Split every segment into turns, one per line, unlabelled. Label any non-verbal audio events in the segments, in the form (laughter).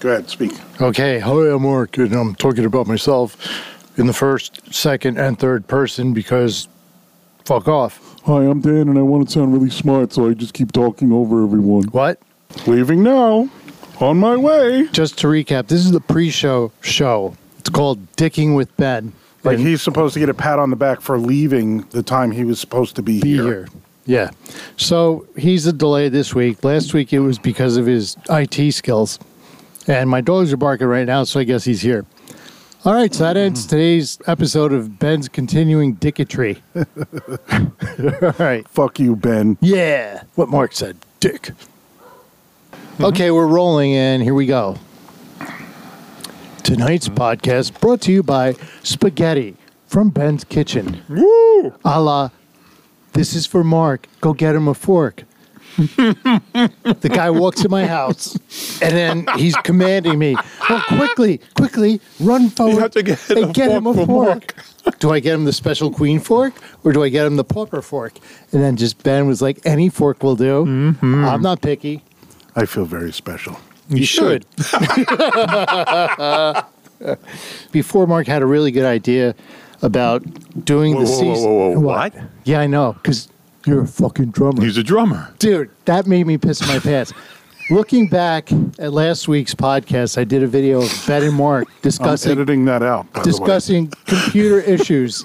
Go ahead, speak.
Okay, hello, I'm Mark, and I'm talking about myself in the first, second, and third person because fuck off.
Hi, I'm Dan, and I want to sound really smart, so I just keep talking over everyone.
What?
Leaving now. On my way.
Just to recap, this is the pre-show show. It's called Dicking with Ben.
Like
And
he's supposed to get a pat on the back for leaving the time he was supposed to be,
be
here.
here. Yeah. So he's a delay this week. Last week it was because of his IT skills. And my dogs are barking right now, so I guess he's here. All right, so that ends today's episode of Ben's Continuing Dicketry. (laughs) All right.
Fuck you, Ben.
Yeah. What Mark said. Dick. Hmm. Okay, we're rolling and here we go. Tonight's podcast brought to you by Spaghetti from Ben's Kitchen. Woo! A la, this is for Mark. Go get him a
(laughs)
fork. the guy walks in my house and then he's commanding me, oh, quickly, quickly, run forward
have to get
and
a
get him a
fork for
fork. do I get him the special queen fork or do I get him the pauper fork? And then just Ben was like, any fork will do.
Mm-hmm.
I'm not picky.
I feel very special.
You, should.
(laughs)
Before Mark had a really good idea about doing
Whoa,
the
whoa, whoa,
season.
whoa, whoa, what?
Yeah, I know, because you're a fucking drummer.
He's a drummer.
Dude, that made me piss my pants. Looking back at last week's podcast, I did a video of Ben and (laughs) Mark
I'm
discussing
editing that out. By
discussing computer issues.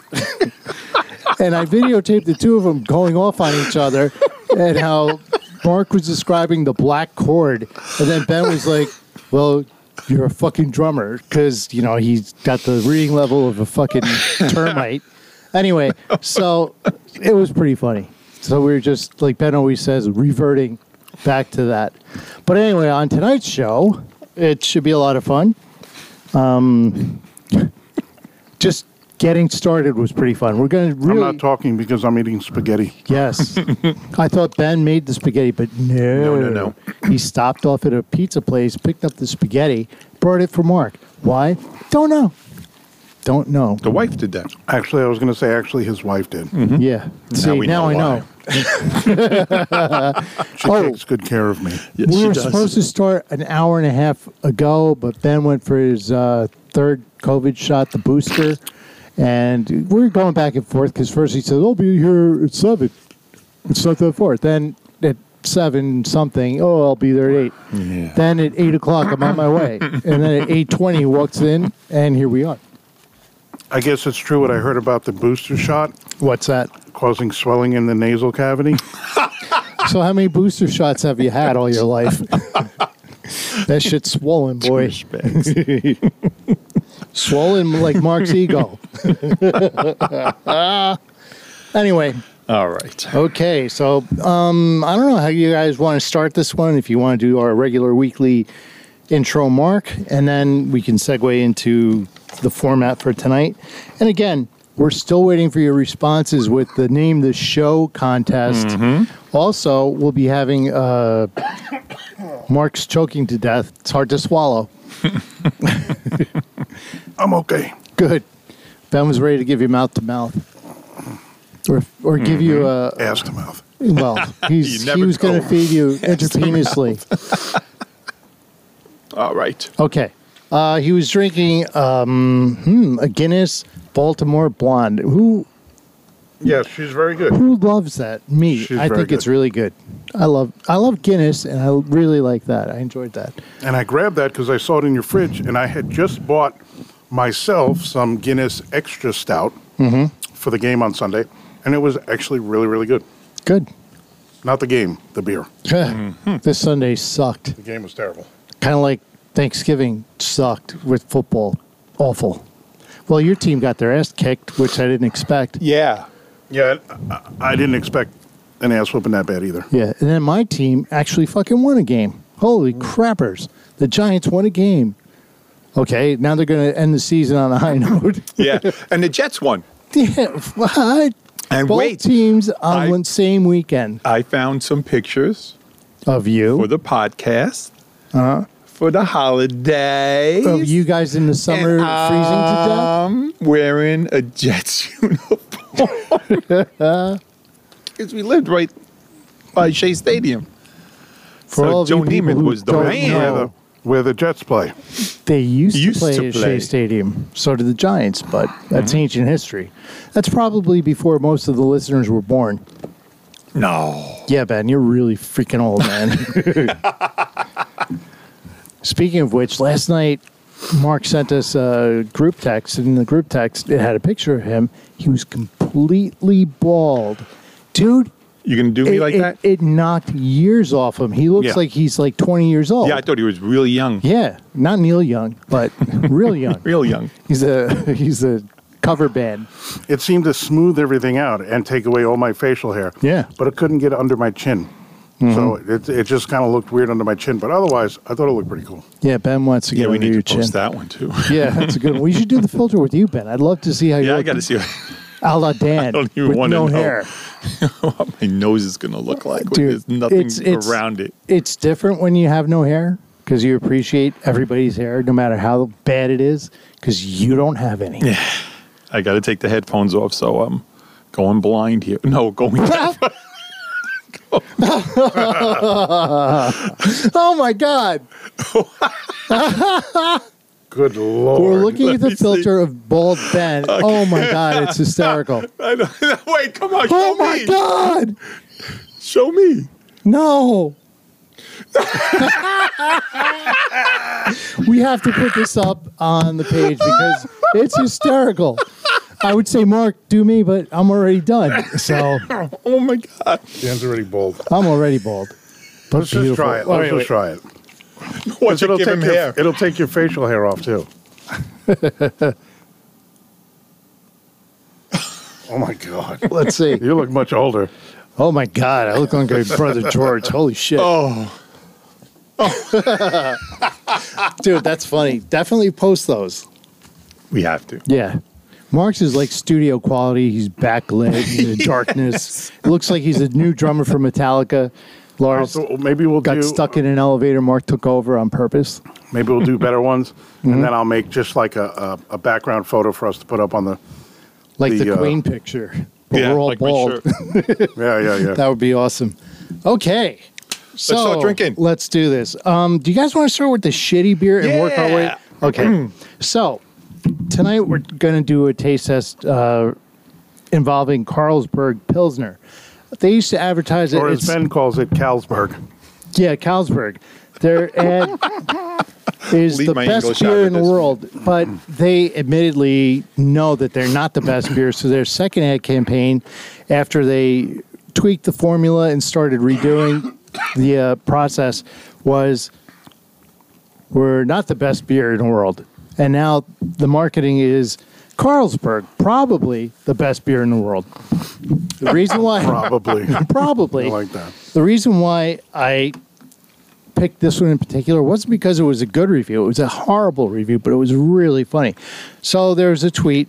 and I videotaped the two of them going off on each other and how Mark was describing the black chord. And then Ben was like, well, you're a fucking drummer because, you know, he's got the reading level of a fucking termite. Anyway, so it was pretty funny. So we were just, like Ben always says, reverting back to that. But anyway, on tonight's show, it should be a lot of fun just getting started was pretty fun. We're going to
the way.
really
I'm not talking because I'm eating spaghetti.
yes. I thought Ben made the spaghetti, but no,
No, no, no.
He stopped off at a pizza place, picked up the spaghetti, brought it for Mark. Why? Don't know. Don't know.
The wife did that.
Actually, I was going to say, actually, his wife did.
Hmm.
Yeah. See,
we
now
know
I
why.
know.
She
Oh.
takes good care of me.
Yes,
we
she
were
does.
supposed to start an hour and a half ago, but Ben went for his uh, third COVID shot, the booster, and we're going back and forth because first he said, "I'll be here at seven. It's not that far." Then at seven something, oh, I'll be there at eight.
Yeah.
Then at eight o'clock, I'm on my way, and then at eight twenty, he walks in, and here we are.
I guess it's true what I heard about the booster shot
What's that?
causing swelling in the
(laughs)
nasal cavity.
So, how many booster shots have you had all your life?
(laughs)
that shit's swollen, boy.
Respects.
swollen like Mark's ego. (laughs) anyway,
(laughs) All right.
okay, so um, I don't know how you guys want to start this one. If you want to do our regular weekly intro, Mark, and then we can segue into the format for tonight. And again, we're still waiting for your responses with the name the show contest. Also, we'll be having uh, Mark's choking to death. It's hard to swallow.
I'm okay.
Good. Ben was ready to give you mouth to mouth, or or give you a
Ass to mouth.
well. He's,
You
he
never
was going to
know.
feed you intravenously.
All right.
Okay. Uh, he was drinking um, hmm, a Guinness Baltimore Blonde. Who
Yes, she's very good.
who loves that? Me.
She's
I
very
think it's
good.
really good. I love I love Guinness, and I really like that. I enjoyed that.
And I grabbed that because I saw it in your fridge, and I had just bought myself some Guinness Extra Stout for the game on Sunday, and it was actually really, really good.
Good. (laughs)
Not the game, the beer.
This Sunday sucked.
The game was terrible.
Kind of like Thanksgiving sucked with football. Awful. Well, your team got their ass kicked, which I didn't expect.
Yeah.
Yeah, I, I didn't expect an ass whooping that bad either.
Yeah, and then my team actually fucking won a game. Holy
Mm.
crappers. The Giants won a game. Okay, now they're going to end the season on a high (laughs) note.
Yeah. (laughs) and the Jets won.
yeah, what?
And
Both
wait.
teams on
I-
one same weekend
I found some pictures
of you,
for the podcast. Uh-huh. For the holiday.
of you guys in the summer freezing
I'm wearing a Jets (laughs) uniform.
(laughs)
Because we lived right by Shea Stadium.
For all
so
of you
Joe
people
Neiman
who
was the
don't
man.
know-
where the Jets play.
They used,
Used
to play
to
at
play. Mm-hmm.
Shea Stadium. So did the Giants, but that's ancient history. That's probably before most of the listeners were born.
No.
Yeah, Ben, you're really freaking old, man.
(laughs)
(laughs) Speaking of which, last night Mark sent us a group text, and in the group text it had a picture of him. He was completely bald, dude.
You gonna do me
it,
like
it-
that?
it knocked years off him. He looks
Yeah.
like he's like 20 years old.
yeah, I thought he was real young.
yeah, not Neil Young, but real young.
(laughs) Real young.
He's a (laughs) he's a cover band.
It seemed to smooth everything out and take away all my facial hair.
Yeah.
But it couldn't get under my chin. So it, it just kind of looked weird under my chin. But otherwise, I thought it looked pretty cool.
Yeah, Ben wants to get
Yeah, we
under
need
your
to
chin.
post that one too.
(laughs) Yeah, that's a good one. We should do the filter with you, Ben. I'd love to see how you
yeah, I
look
got to see
a la Dan.
(laughs) I don't even
with
wanna
no
know.
hair.
what my nose is gonna look like. when
Dude,
There's nothing
it's- it's-
around it.
It's different when you have no hair because you appreciate everybody's hair, no matter how bad it is, because you don't have any.
I got to take the headphones off, so I'm going blind here. No, going.
(laughs) oh my God.
Good lord.
We're looking at
let
the
me see.
filter of bald
(laughs)
Ben. Oh my God, it's hysterical.
I don't- (laughs) Wait, come on, show
oh my
me.
God.
Show me.
No. we have to put this up on the page because it's hysterical. I would say, Mark, do me, but I'm already done. So
Oh my god. (laughs)
Dan's already bold.
I'm already bald. But
Let's just try it.
All
Let's
right,
just
wait.
try it.
What you
it'll
give
take
him
your,
hair?
It'll take your facial hair off too. (laughs) oh my god.
Let's see.
You look much older.
Oh my God, I look
(laughs)
like my brother George. Holy shit.
Oh,
Dude, that's funny. Definitely post those.
we have to.
Yeah. Marks is like studio quality. He's backlit
(laughs)
in the darkness. Looks like he's a new drummer for Metallica. Lars
So maybe we'll
got
do
stuck in an elevator. Mark took over on purpose.
maybe we'll do better ones,
(laughs) Mm-hmm.
and then I'll make just like a, a, a background photo for us to put up on the.
Like the,
The, uh,
Queen picture. But we're all
like my
bald. (laughs)
shirt.
Yeah, yeah, yeah.
That would be awesome. Okay. So,
start drinking.
Let's do this. Um, do you guys want to start with the shitty beer and work our way?
Yeah.
Okay. (clears throat) so tonight we're going to do a taste test uh, involving Carlsberg Pilsner. They used to advertise it.
or as
it's-
Ben calls it, Carlsberg.
Yeah, Carlsberg.
(laughs)
Their ad is
Leave
the
my
best
English out
beer
of
in the
this. Mm.
world, but they admittedly know that they're not the best beer. So their second ad campaign, after they tweaked the formula and started redoing the uh, process, was we're not the best beer in the world. And now the marketing is Carlsberg, probably the best beer in the world. The reason
(laughs)
why
Probably. I
(laughs) probably
like that.
the reason why I picked this one in particular wasn't because it was a good review. It was a horrible review, but it was really funny. So there was a tweet,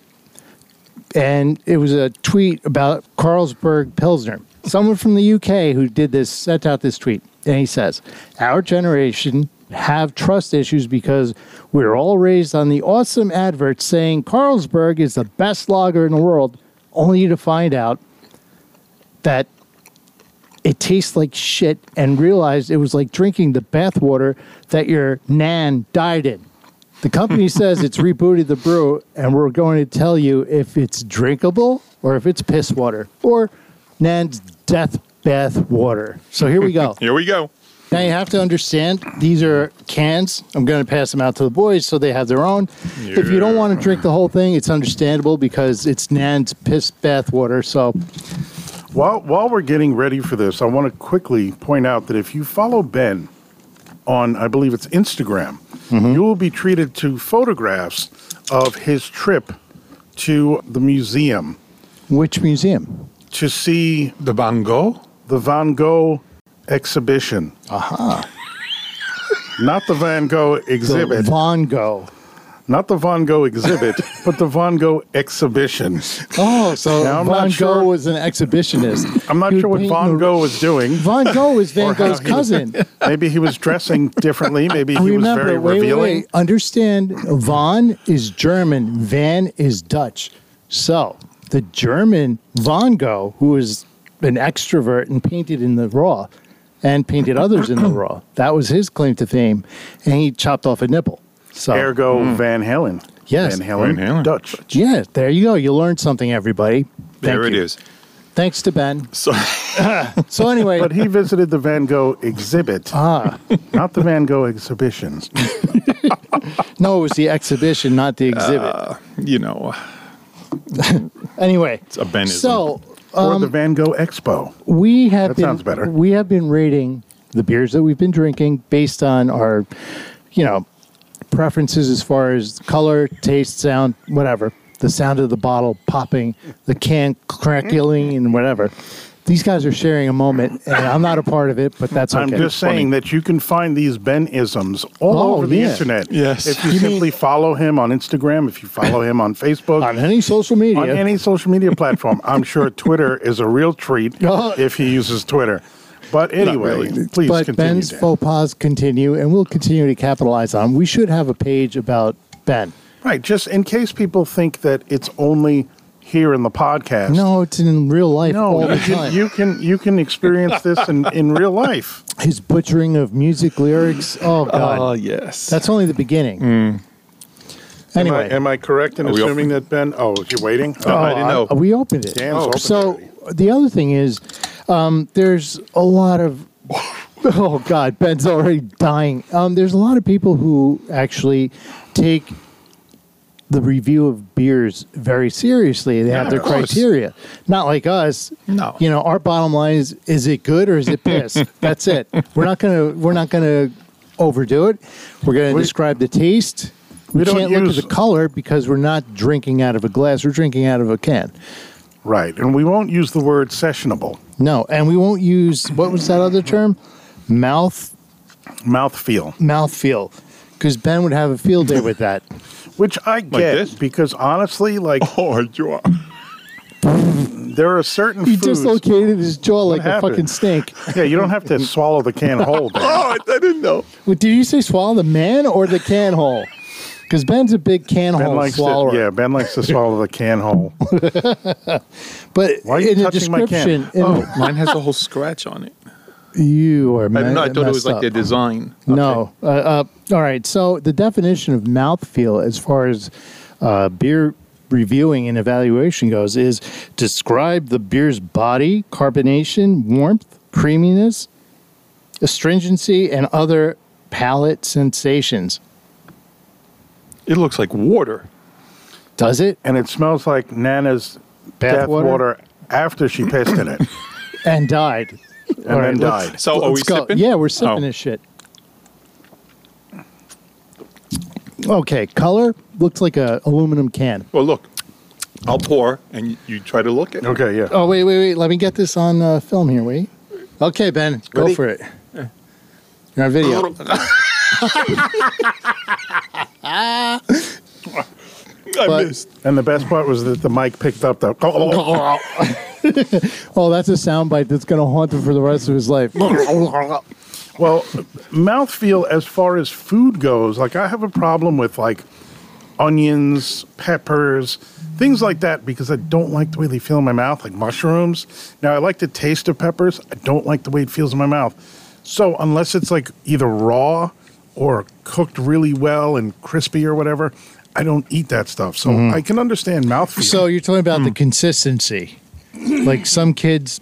and it was a tweet about Carlsberg Pilsner. Someone from the UK who did this sent out this tweet, and he says, "Our generation." Have trust issues because we were all raised on the awesome adverts saying Carlsberg is the best lager in the world, only to find out that it tastes like shit and realized it was like drinking the bathwater that your nan died in. The company says it's rebooted the brew and we're going to tell you if it's drinkable or if it's piss water or nan's death bath water. So here we go.
Here we go.
Now you have to understand these are cans. I'm going to pass them out to the boys so they have their own. If you don't want to drink the whole thing, it's understandable because it's nan's piss bath water. So
While, while we're getting ready for this, I want to quickly point out that if you follow Ben on, I believe it's Instagram, you will be treated to photographs of his trip to the museum
which museum?
to see
The bongo.
the Van Gogh exhibition. Aha. (laughs) Not the Van Gogh
The
exhibit,
Von Gogh.
not the Van Gogh exhibit, but the Van Gogh exhibition.
Oh, so
Now, I'm
Von Gogh
not sure-
was an exhibitionist.
I'm not
He
sure what
would paint
Van
in the-
Gogh was doing.
Von
(laughs)
Gogh is Van Gogh's cousin.
Maybe he was dressing differently. Maybe he was
Remember,
very
wait, wait,
revealing.
wait. Understand, Von is German, Van is Dutch. So the German Von Gogh, who was an extrovert and painted in the raw, and painted others
(coughs)
in the raw. That was his claim to fame, and he chopped off a nipple. So
Ergo Van Halen.
Oh. Yes.
Van Halen.
Hmm. Van Halen.
Dutch.
yeah, there you go. You learned something, everybody. Thank
there it
you.
is.
Thanks to Ben.
So (laughs)
So anyway,
(laughs) But he visited the Van Gogh exhibit,
ah,
not the Van Gogh exhibition.
no, it was the exhibition, not the exhibit.
Ah.
you know,
anyway,
a Benism.
so
or
Um,
the Van Gogh Expo.
we have
That
been,
sounds better.
We have been rating the beers that we've been drinking based on our, you know, preferences as far as color, taste, sound, whatever. The sound of the bottle popping, the can crackling, and whatever. These guys are sharing a moment, and I'm not a part of it, but that's okay.
I'm just saying that you can find these Ben isms all
Oh,
over the
yeah.
internet.
Yes.
If you,
You mean-
simply follow him on Instagram, if you follow him on Facebook,
(laughs) on any social media.
on any social media platform, I'm sure Twitter is a real treat
(laughs) Oh.
if he uses Twitter. But anyway,
really.
please
but
continue.
Ben's
Dan.
faux pas continue, and we'll continue to capitalize on. We should have a page about Ben.
Right, just in case people think that it's only here in the podcast.
No, it's in real life all
no,
the
you can,
time.
you can you can experience this in, in real life.
His butchering of music lyrics. Oh mm. God,
oh yes,
that's only the beginning.
Am I,
Anyway,
am I correct in
Are we
assuming that Ben? Oh, you're waiting.
No,
Oh,
I didn't know.
uh, we opened it.
Dan's opened
so
already.
the other thing is, um, there's a lot of. (laughs) Oh God, Ben's already dying. Um, there's a lot of people who actually take the review of beers very seriously. They have
Yeah,
their
of course.
criteria, not like us.
No.
you know, our bottom line is: is it good or is it
(laughs)
piss? That's it. We're not gonna we're not gonna overdo it. We're gonna
We-
describe the taste. We,
We don't
can't look
use-
at the color because we're not drinking out of a glass. We're drinking out of a can.
Right, and we won't use the word sessionable.
No, and we won't use what was that other term? Mouth
Mouthfeel,
mouth feel, because Ben would have a field day with that.
which I get
this?
because honestly, like
(laughs) oh, you are.
there are certain
(laughs) He
foods.
dislocated his jaw like
happened?
a fucking snake.
(laughs) yeah, you don't have to swallow the can whole. Dan.
(laughs)
Oh, I, I didn't know.
Wait, Did you say swallow the man or the can hole? Because Ben's a big can
Ben
hole
likes to,
swallower.
yeah, Ben likes to swallow the can whole.
But
Why are you
in the
touching my can?
description, in-
Oh, mine has a whole scratch
(laughs)
on it.
you are
I,
me-
don't know, I thought it was
messed
like the
up.
design.
No. Uh, uh, all right. So the definition of mouthfeel, as far as uh, beer reviewing and evaluation goes, is describe the beer's body, carbonation, warmth, creaminess, astringency, and other palate sensations.
It looks like water.
Does it?
and it smells like Nana's
Bath
bath
water?
water? after she pissed in it
And died. And
and then died.
So are we sipping?
Yeah, we're sipping
Oh.
this shit. Okay, color looks like a aluminum can.
Well, look, I'll pour and you try to look at it.
Okay, yeah.
Oh wait, wait, wait. Let me get this on uh, film here. Wait. Okay, Ben, go
Ready?
for it. You're on video.
Oh.
I
But-
missed. (laughs)
And the best part was that the mic picked up the. (laughs)
Oh, that's a soundbite that's gonna haunt him for the rest of his life.
Well, mouthfeel as far as food goes, like I have a problem with like onions, peppers, things like that because I don't like the way they feel in my mouth, like mushrooms. Now I like the taste of peppers. I don't like the way it feels in my mouth. So unless it's like either raw or cooked really well and crispy or whatever, I don't eat that stuff. So
Mm-hmm.
I can understand mouthfeel.
So you're talking about
Hmm.
the consistency. Like some kids,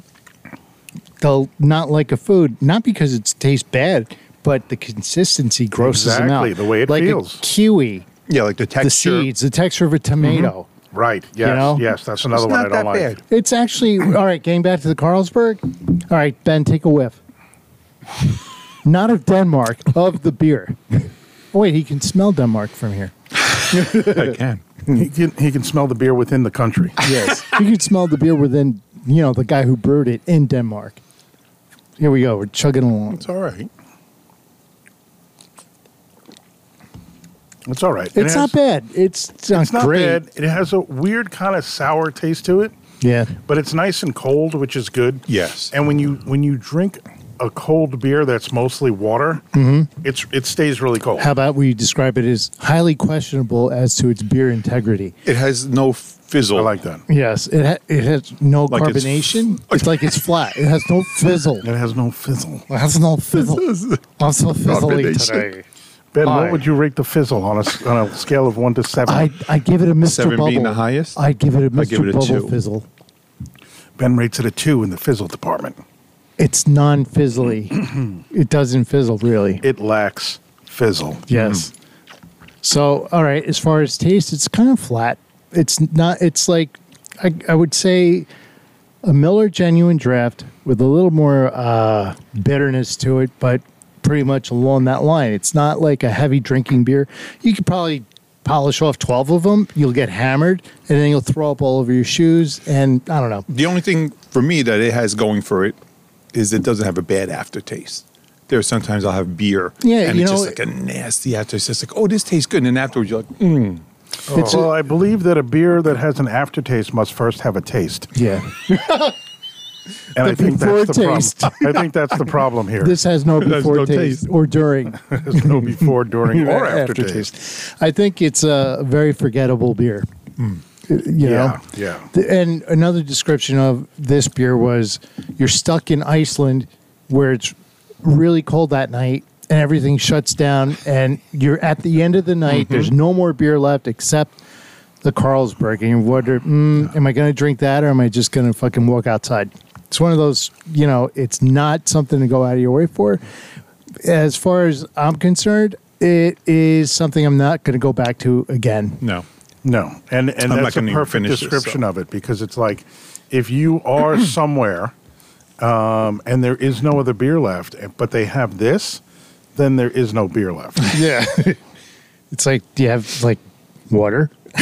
they'll not like a food not because it tastes bad, but the consistency grosses them out.
Exactly, the way it
like
feels.
A kiwi,
Yeah, like the texture.
the seeds, the texture of a tomato.
Mm-hmm. right. Yes.
know?
Yes. That's another
It's
one I
not
don't
that
like.
bad.
It's actually all right. Getting back to the Carlsberg. All right, Ben, take a whiff. Not of Denmark, of the beer. Wait, he can smell Denmark from here.
I can.
He can, he can smell the beer within the (laughs) country.
Yes, you can smell the beer within. You know the guy who brewed it in Denmark. Here we go. We're chugging along.
It's all right.
It's all right. It
It's not
has-
bad. It's, it's not
It's not
great.
bad. It has a weird kind of sour taste to it,
Yeah.
but it's nice and cold, which is good.
Yes.
And when you when you drink a cold beer that's mostly water, it's it stays really cold.
How about we describe it as highly questionable as to its beer integrity?
It has no fizzle.
I like that.
Yes, it ha- it has no
Like it's f-
carbonation. It's, like it's flat. It has no fizzle.
It has no fizzle.
It has no fizzle. I'm so fizzly
Carbonation.
today.
Ben,
Aye.
what would you rate the fizzle on a s- on a scale of one to seven?
I I give it a Mr.
Seven
Bubble.
being the highest?
I give it a
I'll
Mr.
give it a
Bubble
two.
fizzle.
ben rates it a two in the fizzle department.
It's non-fizzly. (clears throat) it doesn't fizzle really.
It lacks fizzle.
Yes. So, all right, as far as taste, it's kind of flat. It's not, it's like, I, I would say a Miller genuine draft with a little more uh, bitterness to it, but pretty much along that line. It's not like a heavy drinking beer. You could probably polish off 12 of them, you'll get hammered, and then you'll throw up all over your shoes. And I don't know.
The only thing for me that it has going for it is it doesn't have a bad aftertaste. There are sometimes I'll have beer
Yeah,
and
you
it's
know-
just like a nasty aftertaste. It's like, oh, this tastes good. And then afterwards you're like, mm.
It's a-
well, I believe that a beer that has an aftertaste must first have a taste,
yeah.
and I think
before
that's the
taste.
problem. (laughs) I think that's the problem here.
This has (laughs) no
has
before
no
taste,
taste.
or during.
There's no before, during,
(laughs)
or aftertaste.
I think it's a very forgettable beer. You know?
Hmm. Yeah, yeah.
Th- And another description of this beer was you're stuck in Iceland where it's really cold that night and everything shuts down and you're at the end of the night.
Mm-hmm.
There's no more beer left except the Carlsberg and you wonder, mm, am I going to drink that or am I just going to fucking walk outside? It's one of those, you know, it's not something to go out of your way for. As far as I'm concerned, it is something I'm not going to go back to again.
no.
No, and and
I'm not
that's a
gonna even
perfect
finish this,
description
so.
of it because it's like if you are (clears throat) somewhere um, and there is no other beer left, eh, but they have this, then there is no beer
(laughs)
left.
Yeah. it's like, do you have like water? (laughs)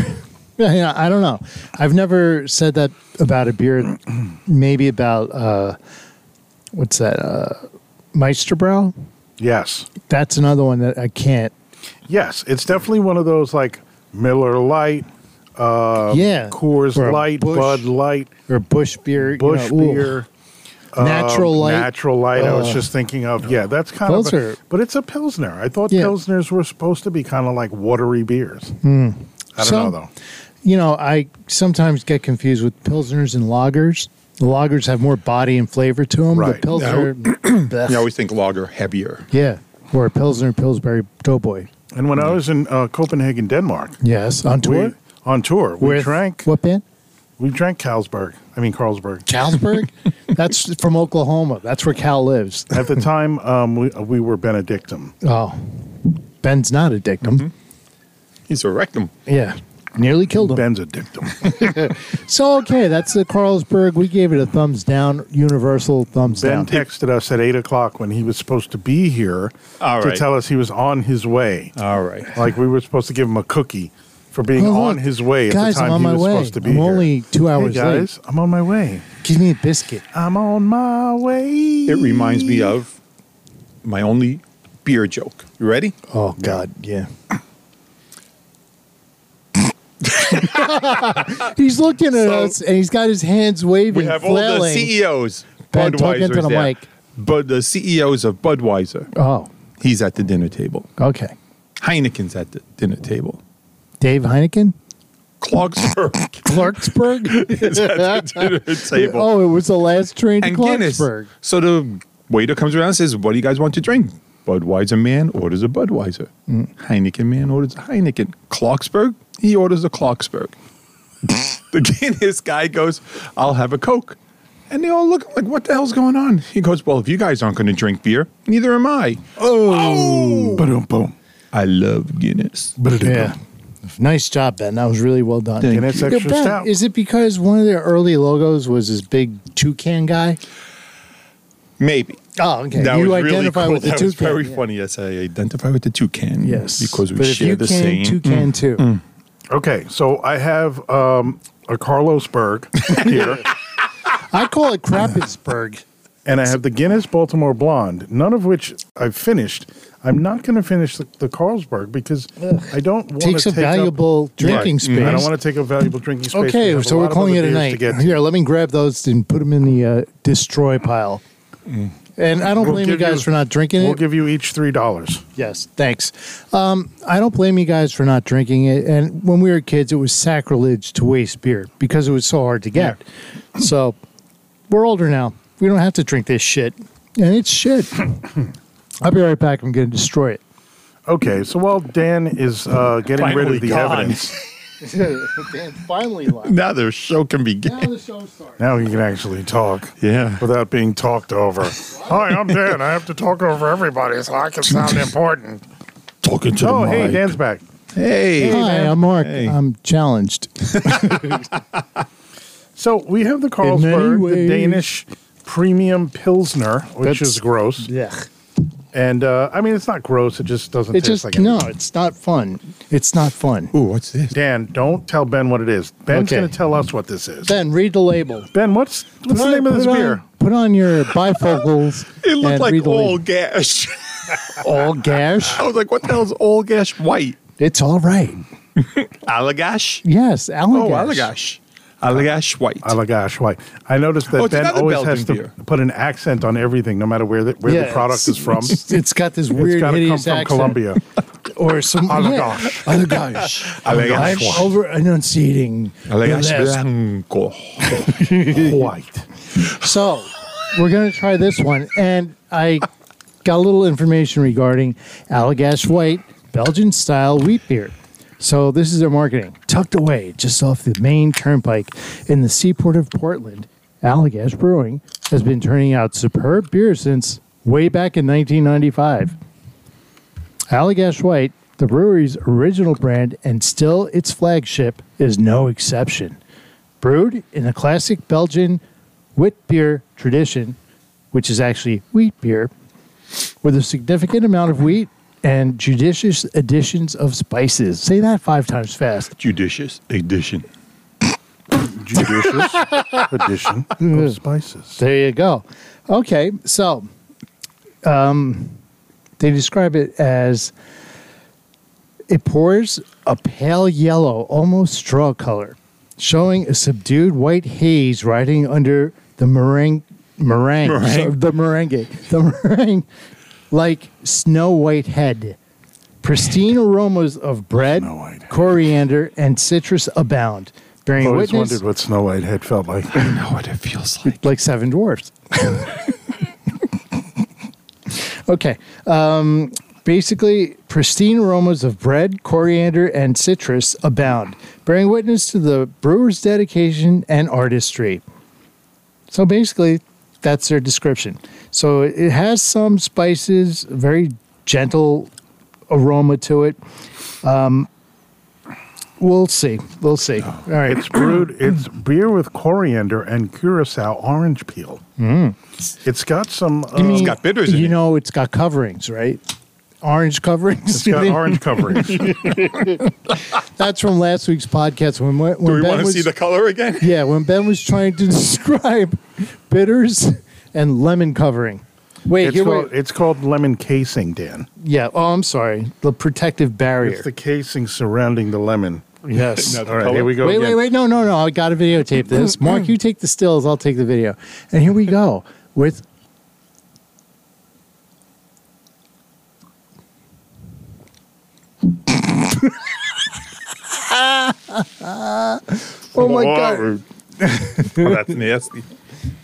yeah, yeah, I don't know. I've never said that about a beer. Maybe about uh, what's that? Uh, Meisterbrow.
yes,
That's another one that I can't.
yes, it's definitely one of those like Miller Light,
yeah,
Uh, Coors
or a
Light,
Busch,
Bud Light,
or Bush beer. you
Bush
know, ooh,
beer.
natural
um,
light.
Natural light. I was
Uh,
just thinking of yeah. That's kind
Those
of, a-
are-
but it's a pilsner. I thought
Yeah.
pilsners were supposed to be kind of like watery beers.
Hmm.
I don't
So-
know though.
You know, I sometimes get confused with pilsners and lagers. The lagers have more body and flavor to them.
Right.
The pilsner, (clears throat) blech.
You always think lager heavier.
yeah, or a pilsner Pillsbury Doughboy.
And when I was in uh, Copenhagen, Denmark,
Yes, on tour.
We, on tour, we
With
drank
what band?
we drank Carlsberg. I mean Carlsberg.
Carlsberg. (laughs) That's from Oklahoma. That's where Cal lives.
At the time, um, we we were Benedictum.
Oh, Ben's not a dictum.
Mm-hmm.
He's a rectum.
Yeah, nearly killed him.
Ben's addictum.
So okay, that's the Carlsberg. We gave it a thumbs down, universal thumbs
ben
down.
texted us at eight o'clock when he was supposed to be here
All
to
right.
tell us he was on his way.
All right.
Like we were supposed to give him a cookie for being
Oh,
on
look,
his way at
guys,
the time
I'm on
he
my
was
way.
supposed to be
I'm
here.
only two hours
hey guys, I'm on my way.
Give me a biscuit.
I'm on my way.
It reminds me of my only beer joke. You ready?
Oh God,
(laughs)
yeah. he's looking at
So-
us and he's got his hands waving,
We have
flailing.
all the E CEOs.
Ben, talk into
Budweiser's
the
there.
mic.
But the CEOs of Budweiser,
Oh,
he's at the dinner table.
okay.
Heineken's at the dinner table.
Dave Heineken, (laughs)
Clarksburg (laughs)
Clarksburg.
is at the dinner
(laughs)
table.
oh, it was the last train to
and Guinness.
Clarksburg.
So the waiter comes around and says, What do you guys want to drink? Budweiser man orders a Budweiser.
Mm.
Heineken man orders a Heineken. Clarksburg, he orders a Clarksburg. (laughs) the Guinness guy goes, I'll have a Coke. And they all look like, What the hell's going on? He goes, Well, if you guys aren't going to drink beer, neither am I.
Boom, boom.
I love Guinness.
Yeah. Nice job, Ben. That was really well done.
Thank
And it's
Yeah,
extra
ben,
stout.
is it because one of their early logos was this big toucan guy?
Maybe.
Oh, okay.
That
you
was really
identify
cool.
with the
that
toucan.
was very
yeah.
funny. Yes, I identify with the toucan.
Yes,
because we
but if
share
you
the
can,
same.
toucan too.
Okay, so I have um, a Carlosberg (laughs) here.
I call it Krappensburg.
and I have the Guinness Baltimore Blonde, none of which I've finished. I'm not going to finish the, the Carlsberg because I don't want
Takes
to
a
take up-
valuable drinking
Right. Mm-hmm. I don't
space.
want to take a valuable drinking space.
okay,
have a
so
lot
we're
of
calling
other
it a
beers to
night.
get to.
Here, let me grab those and put them in the uh, destroy pile. And I
Mm.
don't
We'll
blame you
give
guys
you-
for not drinking
We'll
it.
give you each three dollars.
Yes, thanks. Um, I don't blame you guys for not drinking it. And when we were kids, it was sacrilege to waste beer because it was so hard to get. So we're older now. We don't have to drink this shit. And
(coughs)
it's shit. I'll be right back. I'm going to destroy
(laughs)
it.
Okay, so while Dan is uh, getting rid
Finally
of the
gone.
evidence,
Dan finally left.
Now the show can begin.
Now the show starts.
now he can actually talk
(laughs) Yeah.
without being talked over. Hi, I'm Dan. I have to talk over everybody so
(laughs)
I can sound important.
Talking to
Oh,
the
hey,
mic.
Dan's back.
Hey.
Hi, I'm Mark.
Hey.
I'm challenged.
So we have the
many
Carlsberg, the
ways.
Danish premium pilsner, which
That's-
is gross.
Yeah.
And uh, I mean, it's not gross. It just doesn't
It
taste
just,
like
no,
anything.
it's not fun. It's not fun.
Ooh, what's this?
Dan, don't tell Ben what it is. Ben's
Okay.
going to tell us what this is.
Ben, read the label.
Ben, what's what's the
Put on-
name of this
put on-
beer?
put on your bifocals.
It looked
and
like
read the
all
label.
gash. (laughs)
all gash.
I was like, what the hell's all gash white?
It's all right.
Allagash?
Yes,
Oh,
Allagash.
Allagash. Allagash white. (laughs)
Oh my gosh, why? I noticed that
Oh, it's
Ben
another
always
Belgian
has to
beer.
put an accent on everything, no matter where the, where
Yeah,
the product is from. It's
(laughs) it's got this weird
got to come
hideous
from
accent.
Colombia.
(laughs) or some
Allagash.
Yeah. Allagash. I'm
Allagash.
over enunciating.
Allagash blanco.
White.
So we're gonna try this one, and I got a little information regarding Allagash White Belgian style wheat beer. So this is their marketing, tucked away just off the main turnpike in the seaport of Portland. Allagash Brewing has been turning out superb beer since way back in 1995. Allagash White, the brewery's original brand and still its flagship, is no exception. Brewed in the classic Belgian wit beer tradition, which is actually wheat beer, with a significant amount of wheat and judicious additions of spices. Say that five times fast.
Judicious edition.
(laughs)
Judicious addition of spices.
There you go. Okay, so um, they describe it as it pours a pale yellow, almost straw color, showing a subdued white haze riding under the meringue, meringue,
Meringue.
sorry, the meringue, the meringue, like snow white head. Pristine aromas of bread,
Snow White head.
coriander, and citrus abound,
I
bearing
always
witness
wondered what Snow White had felt like.
I know what it feels like.
like seven dwarfs. (laughs) okay. Um, basically, pristine aromas of bread, coriander, and citrus abound, bearing witness to the brewer's dedication and artistry. So basically, that's their description. So it has some spices, very gentle aroma to it. Um, we'll see. We'll see. All right.
It's
(clears throat)
brewed. It's beer with coriander and curacao orange peel. It's got some. Uh,
mean- It's got bitters in
Mm. You
it.
know, it's got coverings, right? Orange coverings.
it's got
(laughs)
orange coverings.
That's from last week's podcast. When, when
Do we
Ben
want to
was,
see the color again?
Yeah, when Ben was trying to (laughs) describe bitters and lemon covering. Wait,
It's
here
called,
we
it's called lemon casing, Dan.
Yeah. Oh, I'm sorry. The protective barrier.
It's the casing surrounding the lemon. (laughs)
yes.
All right, here we go.
wait,
again.
wait, wait. No, no, no. I got to
(clears throat)
videotape this. Mark, you take the stills. I'll take the video. And here we go with. oh my God.
Oh, that's
(laughs)
nasty.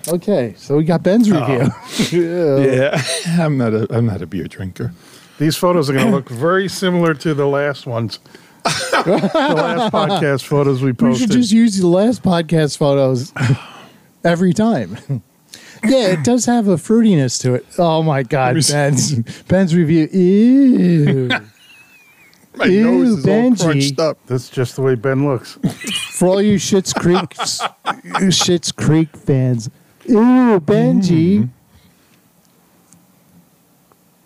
Okay. So we got Ben's review. (laughs)
(laughs)
Yeah, (laughs) I'm not a I'm not a beer drinker.
These photos are going
(clears throat)
to look very similar to the last
(laughs)
ones. the last podcast photos we
We
posted.
should just use the last podcast
(sighs)
photos every time. yeah, it does have a fruitiness to it. Oh my god,
Let me see.
Ben's Ben's review.
(laughs)
Ew,
My
Ew,
nose is
Benji.
all crunched up.
That's just the way Ben looks.
for all you Shits Creek Shits Creek fans. Ew, Benji.
Mm-hmm.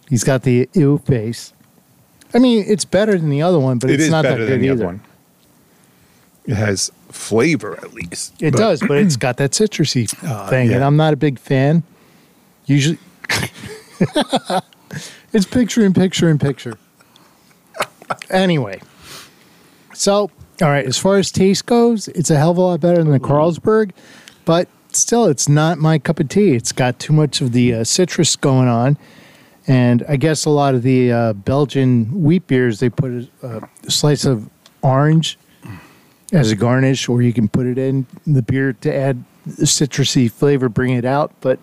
He's got the ew face. I mean, it's better than the other one, but
It
it's
is
not that
better
good
than the
either.
other one. It has flavor at least. (laughs)
It
but
does, but
(clears throat)
it's got that citrusy
Uh,
thing, and
yeah.
I'm not a big fan. Usually, (laughs) it's picture in picture in picture. Anyway,
Mm-hmm.
so all right, as far as taste goes, it's a hell of a lot better than the Carlsberg, but still, it's not my cup of tea. It's got too much of the uh, citrus going on, and I guess a lot of the uh, Belgian wheat beers they put a, a slice of orange as a garnish, or you can put it in the beer to add citrusy flavor, bring it out. But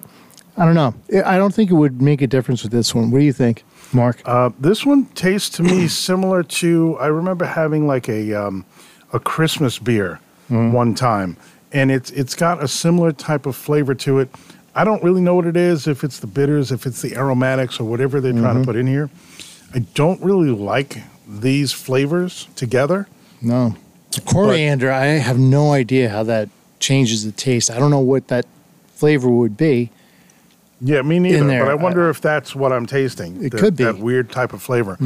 I don't know. I I don't think it would make a difference with this one. What do you think, Mark?
Uh, this one tastes to me similar to I remember having like a um, a Christmas beer one time, and it's it's got a similar type of flavor to it. I don't really know what it is, if it's the bitters, if it's the aromatics, or whatever they're trying to put in here. I don't really like these flavors together.
No. Coriander, I have no idea how that changes the taste. I don't know what that flavor would be.
Yeah, me neither.
there,
But I
I-
wonder if that's what I'm tasting.
It
that-
could be. Mm-hmm.
that weird type of flavor.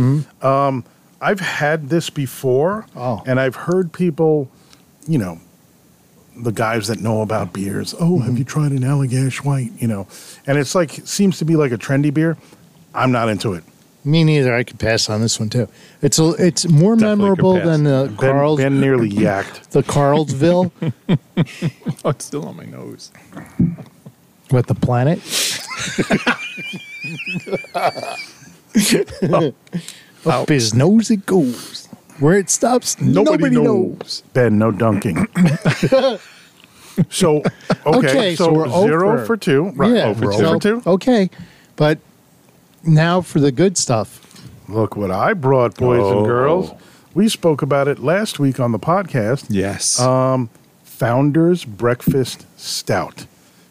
Um, I've had this before,
Oh.
and I've heard people, you know, the guys that know about beers. Oh,
Mm-hmm.
have you tried an Allagash White? You know, and it's like seems to be like a trendy beer. I'm not into it.
Me neither. I could pass on this one too. It's a, it's more
Definitely could
memorable
pass.
than the
Ben,
Carl's
Ben nearly yacked.
the
(laughs)
Carlsville
Oh, it's still on my nose.
with the (laughs) planet. Up his nose it goes. Where it stops, nobody, knows.
Ben, no
(laughs)
dunking. so okay,
Okay,
so,
so we're oh
zero
for-
for two. Right,
yeah,
oh for
so-
two. for two.
Okay, but now for the good stuff.
Look what I brought, boys
Oh.
and girls. We spoke about it last week on the podcast.
Yes.
Uh,
Founders Breakfast Stout.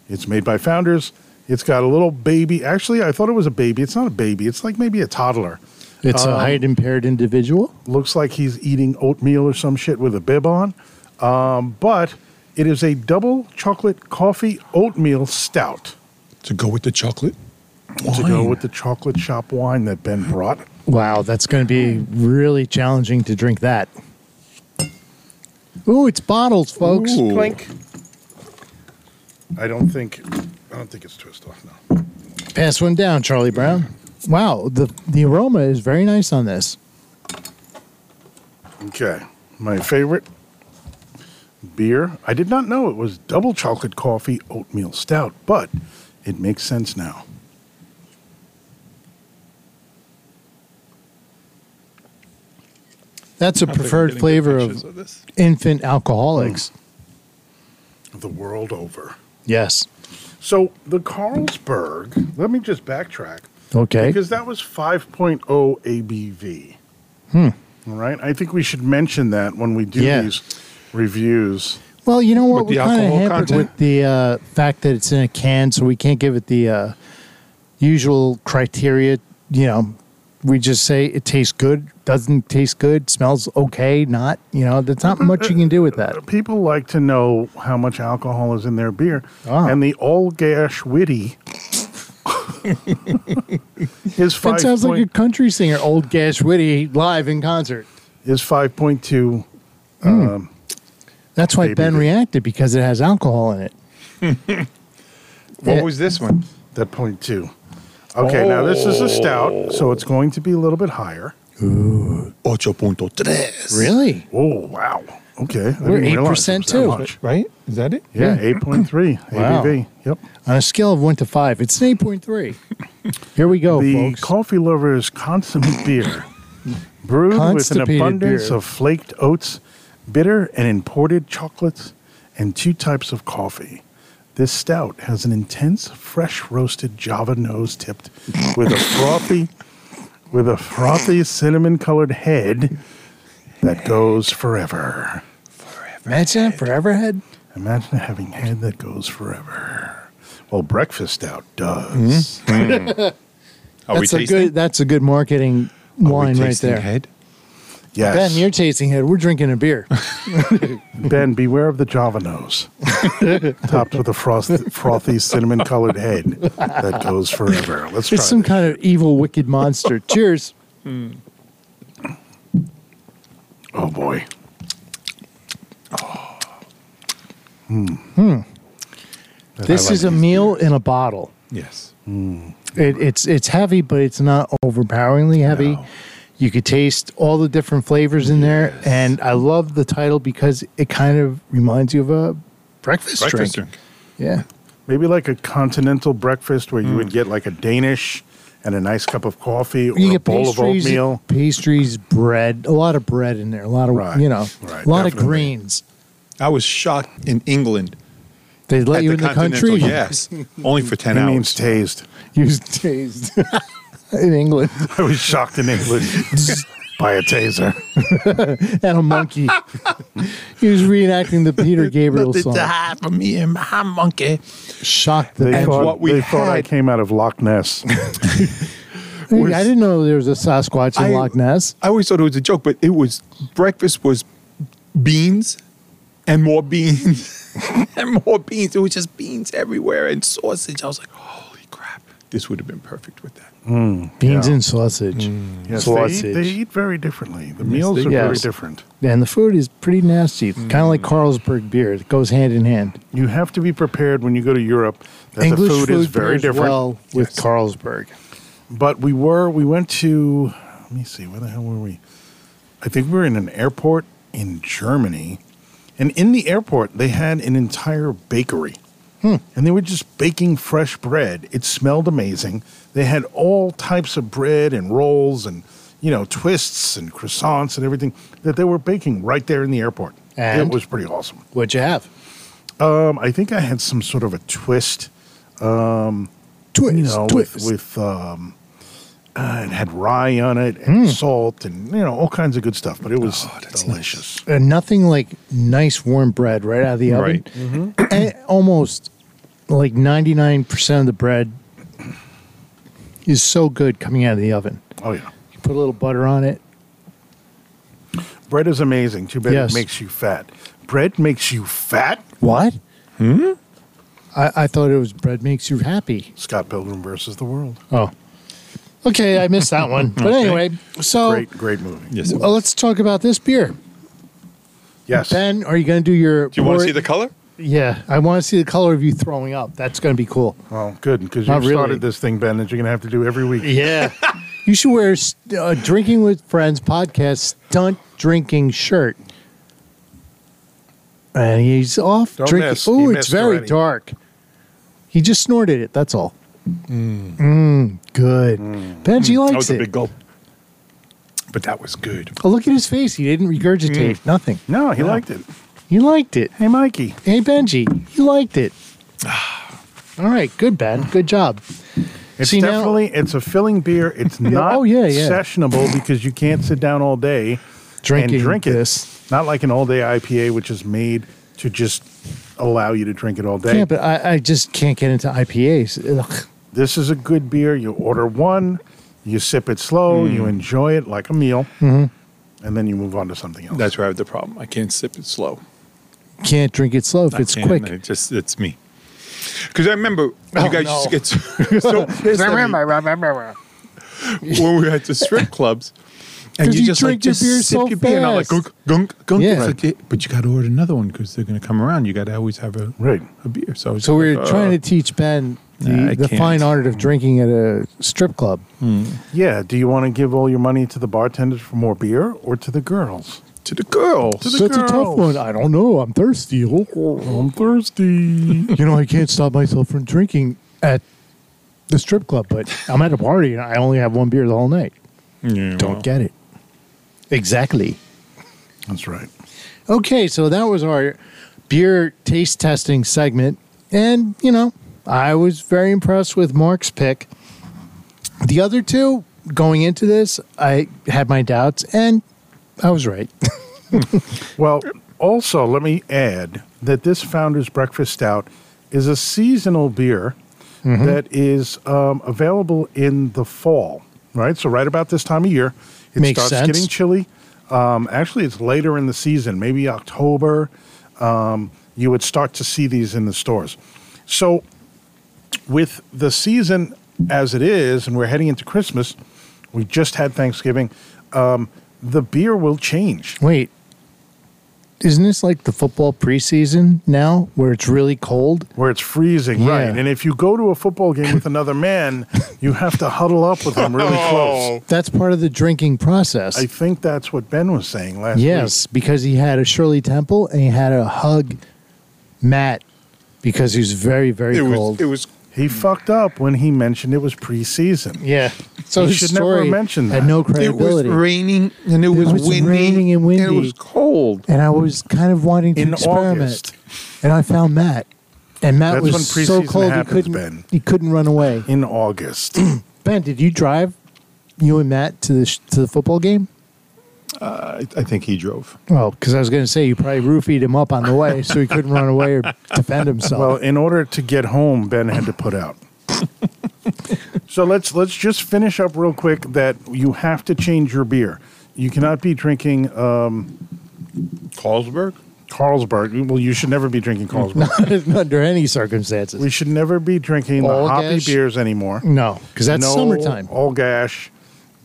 It's made by Founders. It's got a little baby. Actually, I thought it was a baby. It's not a baby. It's like maybe a toddler.
It's a height impaired individual.
Looks like he's eating oatmeal or some shit with a bib on. Um, but it is a double chocolate coffee oatmeal stout
to go with the chocolate.
to go with the chocolate shop wine that Ben brought.
Wow, that's going to be really challenging to drink that. Ooh, it's bottles, folks.
Ooh.
Clink. I don't think. I don't think it's twist off now.
Pass one down, Charlie Brown. Wow, the the aroma is very nice on this.
Okay. My favorite beer. I did not know it was double chocolate coffee oatmeal stout, but it makes sense now.
That's a preferred flavor of infant alcoholics.
The world over.
Yes.
So the Carlsberg, let me just backtrack
Okay.
because that was 5.0 ABV. Hmm. All right. I think we should mention that when we do
Yeah.
these reviews.
Well, you know what?
With
We're
the
kind of
alcohol
hampered
content?
with the uh, fact that it's in a can, so we can't give it the uh, usual criteria. You know, we just say it tastes good, doesn't taste good, smells okay, not. You know, there's not much you can do with that.
People like to know how much alcohol is in their beer.
Ah.
And the old gash witty is
That
five
sounds like a
point,
country singer, old Gash Whitty, live in concert.
is five point two.
That's why
Maybe
Ben
they-
reacted because it has alcohol in it.
What
Yeah.
was this one?
That point two. Okay, now this is
Oh.
a stout, so it's going to be a little bit higher.
Ocho punto tres.
Really?
Oh wow. Okay. I
We're
didn't realize
8%
it was that
too.
much.
Right? Is that it?
Yeah, eight point three
Wow.
ABV. Yep.
On a scale of one to five, it's an eight point three. Here we go,
the
Oh, folks.
coffee lover's
(laughs)
consummate beer, brewed with an
Constipated
abundance
beer.
of flaked oats, bitter and imported chocolates, and two types of coffee. This stout has an intense, fresh roasted Java nose tipped with a frothy, with a frothy cinnamon colored head that goes forever.
Imagine that forever head.
Imagine having head that goes forever. Well, breakfast stout does.
Hmm?
Are
That's
we
a
tasting?
good. That's a good marketing wine
Are we
right
tasting
there.
Head?
Yes.
Ben, you're tasting head. We're drinking
(laughs)
a beer.
Ben, beware of the Java
(laughs)
nose, topped with a froth, frothy cinnamon colored head that goes forever. Let's try
It's some
this.
kind of evil,
(laughs)
wicked monster. Cheers.
oh boy,
This
like
is a
these
meal in a bottle.
Yes.
Mm. It, it's it's heavy, but it's not overpoweringly heavy. You could taste all the different flavors in there, and I love the title because it kind of reminds you of a breakfast,
Breakfast
drink.
drink.
Yeah.
Maybe like a continental breakfast where you would get like a Danish and a nice cup of coffee or
Mm. You
a
get
bowl of
pastries,
oatmeal.
pastries, bread, a lot of bread in there, a lot of
Right,
you know,
right,
a lot of
definitely.
greens.
I was shocked in England.
They let
at
you
the
in the
Continental,
country. (laughs)
Yes. Only for 10
It
hours.
means taste. (laughs)
use tased in England
I was shocked in England
(laughs)
by a taser.
and
(laughs)
a monkey. he was reenacting the Peter Gabriel
Nothing to
song.
hide from me and my monkey.
Shocked the
They,
And
thought,
what we
they thought I
had-
came out of Loch
(laughs)
Ness.
Hey, I didn't know there was a Sasquatch in
I-
Loch Ness.
I always thought it was a joke, but it was breakfast was beans and more beans (laughs) and more beans. It was just beans everywhere and sausage. I was like, holy crap, this would have been perfect with that.
Beans
Yeah.
and sausage.
Yes, they, eat,
sausage.
they eat very differently. The meals
they
are
do.
very
Yes.
different.
And the food is pretty nasty. It's Kind of
Mm.
like Carlsberg beer. It goes hand in hand.
You have to be prepared when you go to Europe that
English
the food, is very
pairs
different.
well with Carlsberg.
But we were, we went to, let me see, where the hell were we? I think we were in an airport in Germany. And in the airport, they had an entire bakery. And they were just baking fresh bread. It smelled amazing. They had all types of bread and rolls and, you know, twists and croissants and everything that they were baking right there in the airport.
And?
it was pretty awesome.
What'd you have?
Um, I think I had some sort of a twist
Twist.
you know,
twist.
with, with um, uh, it had rye on it
Hmm.
and salt and you know all kinds of good stuff. But it was delicious.
and uh, nothing like nice warm bread right out of the oven.
Right.
And almost like 99% of the bread is so good coming out of the oven.
Oh yeah,
You put a little butter on it.
bread is amazing. Too bad
Yes.
it makes you fat. Bread makes you fat.
What? Hmm? I, I thought it was bread makes you happy.
Scott Pilgrim versus the World.
Oh. Okay, I missed that one. But anyway, so
Great, great movie.
Yes.
well, let's talk about this beer.
Yes.
Ben, are you going to do your.
Do you want
pour-
to see the color?
Yeah, I want to see the color of you throwing up. That's going to be cool.
Well, good because you have
Not really.
started this thing, Ben, that you're gonna have to do every week.
Yeah. (laughs) you should wear a uh, Drinking with Friends podcast stunt drinking shirt. And he's off
Don't
drinking.
miss. He
Oh, it's
missed
very
already.
dark. He just snorted it. That's all. Mm, good.
Mm.
Benji
That
likes
was a
it.
big gulp. But that was good.
Oh, look at his face. He didn't regurgitate.
Mm.
Nothing.
No, he liked it.
He liked it.
Hey, Mikey.
Hey, Benji, he
(sighs)
liked it. All right. Good, Ben. Good job.
It's
See, now-
definitely it's a filling beer. It's not
Oh, (laughs) yeah, yeah.
sessionable because you can't sit down all day
Drinking
and drink
this.
it. Not like an all-day IPA, which is made to just allow you to drink it all day.
Yeah, but I, I just can't get into IPAs. Ugh.
this is a good beer. You order one, you sip it slow, you enjoy it like a meal, and then you move on to something else.
That's where I have the problem. I can't sip it slow.
Can't drink it slow if
I
it's
can't.
quick. Oh,
It just it's me. Because I remember you guys
no.
used to get so,
(laughs)
so pissed at me (laughs) when we were at the strip clubs. And
'Cause
you,
you
just
drink
like
your
just
beer
sip
so
your beer, and I'm like
fast.
gunk, gunk, gunk.
Yeah.
It's like, yeah, but you got to order another one because they're going to come around. You got to always have a
Right.
a beer. So I was
So
like,
we're
uh,
trying to teach Ben the,
Nah, I
the
can't.
fine art of drinking at a strip club.
Yeah. Do you want to give all your money to the bartenders for more beer or to the girls?
to the girls.
the
So it's a tough
girls.
one. I don't know. I'm
(laughs)
thirsty. you
I'm thirsty.
know, I can't stop myself from drinking at the strip club, but I'm at a party and I only have one beer the whole night.
Yeah,
Don't
well,
get it. Exactly.
That's right.
Okay, so that was our beer taste testing segment. And, you know, I was very impressed with Mark's pick. The other two, going into this, I had my doubts, and I was right. (laughs)
Well, also, let me add that this Founders Breakfast Stout is a seasonal beer
Mm-hmm.
that is um, available in the fall, right? So, right about this time of year, it
Makes
starts
sense.
getting chilly. Um, actually, it's later in the season, maybe October. Um, you would start to see these in the stores. So, with the season as it is, and we're heading into Christmas, we just had Thanksgiving. Um, the beer will change.
Wait, isn't this like the football preseason now where it's really cold?
where it's freezing,
Yeah.
right? And if you go to a football game with another man, you have to huddle up with him really close.
That's part of the drinking process.
I think that's what Ben was saying last week.
yes, because he had a Shirley Temple and he had a hug Matt because he was very, very
It
cold.
was, it was
He fucked up when he mentioned it was preseason.
yeah. So
He
his
should never
story
mention
had
that.
no
it was
credibility.
raining and it, was,
was
windy.
raining and
it
windy.
was cold.
and I was kind of wanting to
In
experiment.
August.
And I found Matt. And Matt
That's when
was so
preseason
cold
happens,
he couldn't
Ben.
he couldn't run away.
In August. (clears throat)
Ben, did you drive you and Matt to the sh- to the football game?
I, Uh, I think he drove.
Well, because I was going to say you probably roofied him up on the way, so he couldn't run (laughs) away or defend himself. (laughs)
Well, in order to get home, Ben had to put out. so let's let's just finish up real quick that you have to change your beer. You cannot be drinking uh,
Carlsberg?
Carlsberg. Well, you should never be drinking Carlsberg.
under any circumstances.
we should never be drinking
All
the hoppy
gas?
beers anymore.
no, because that's
no
summertime.
All gash.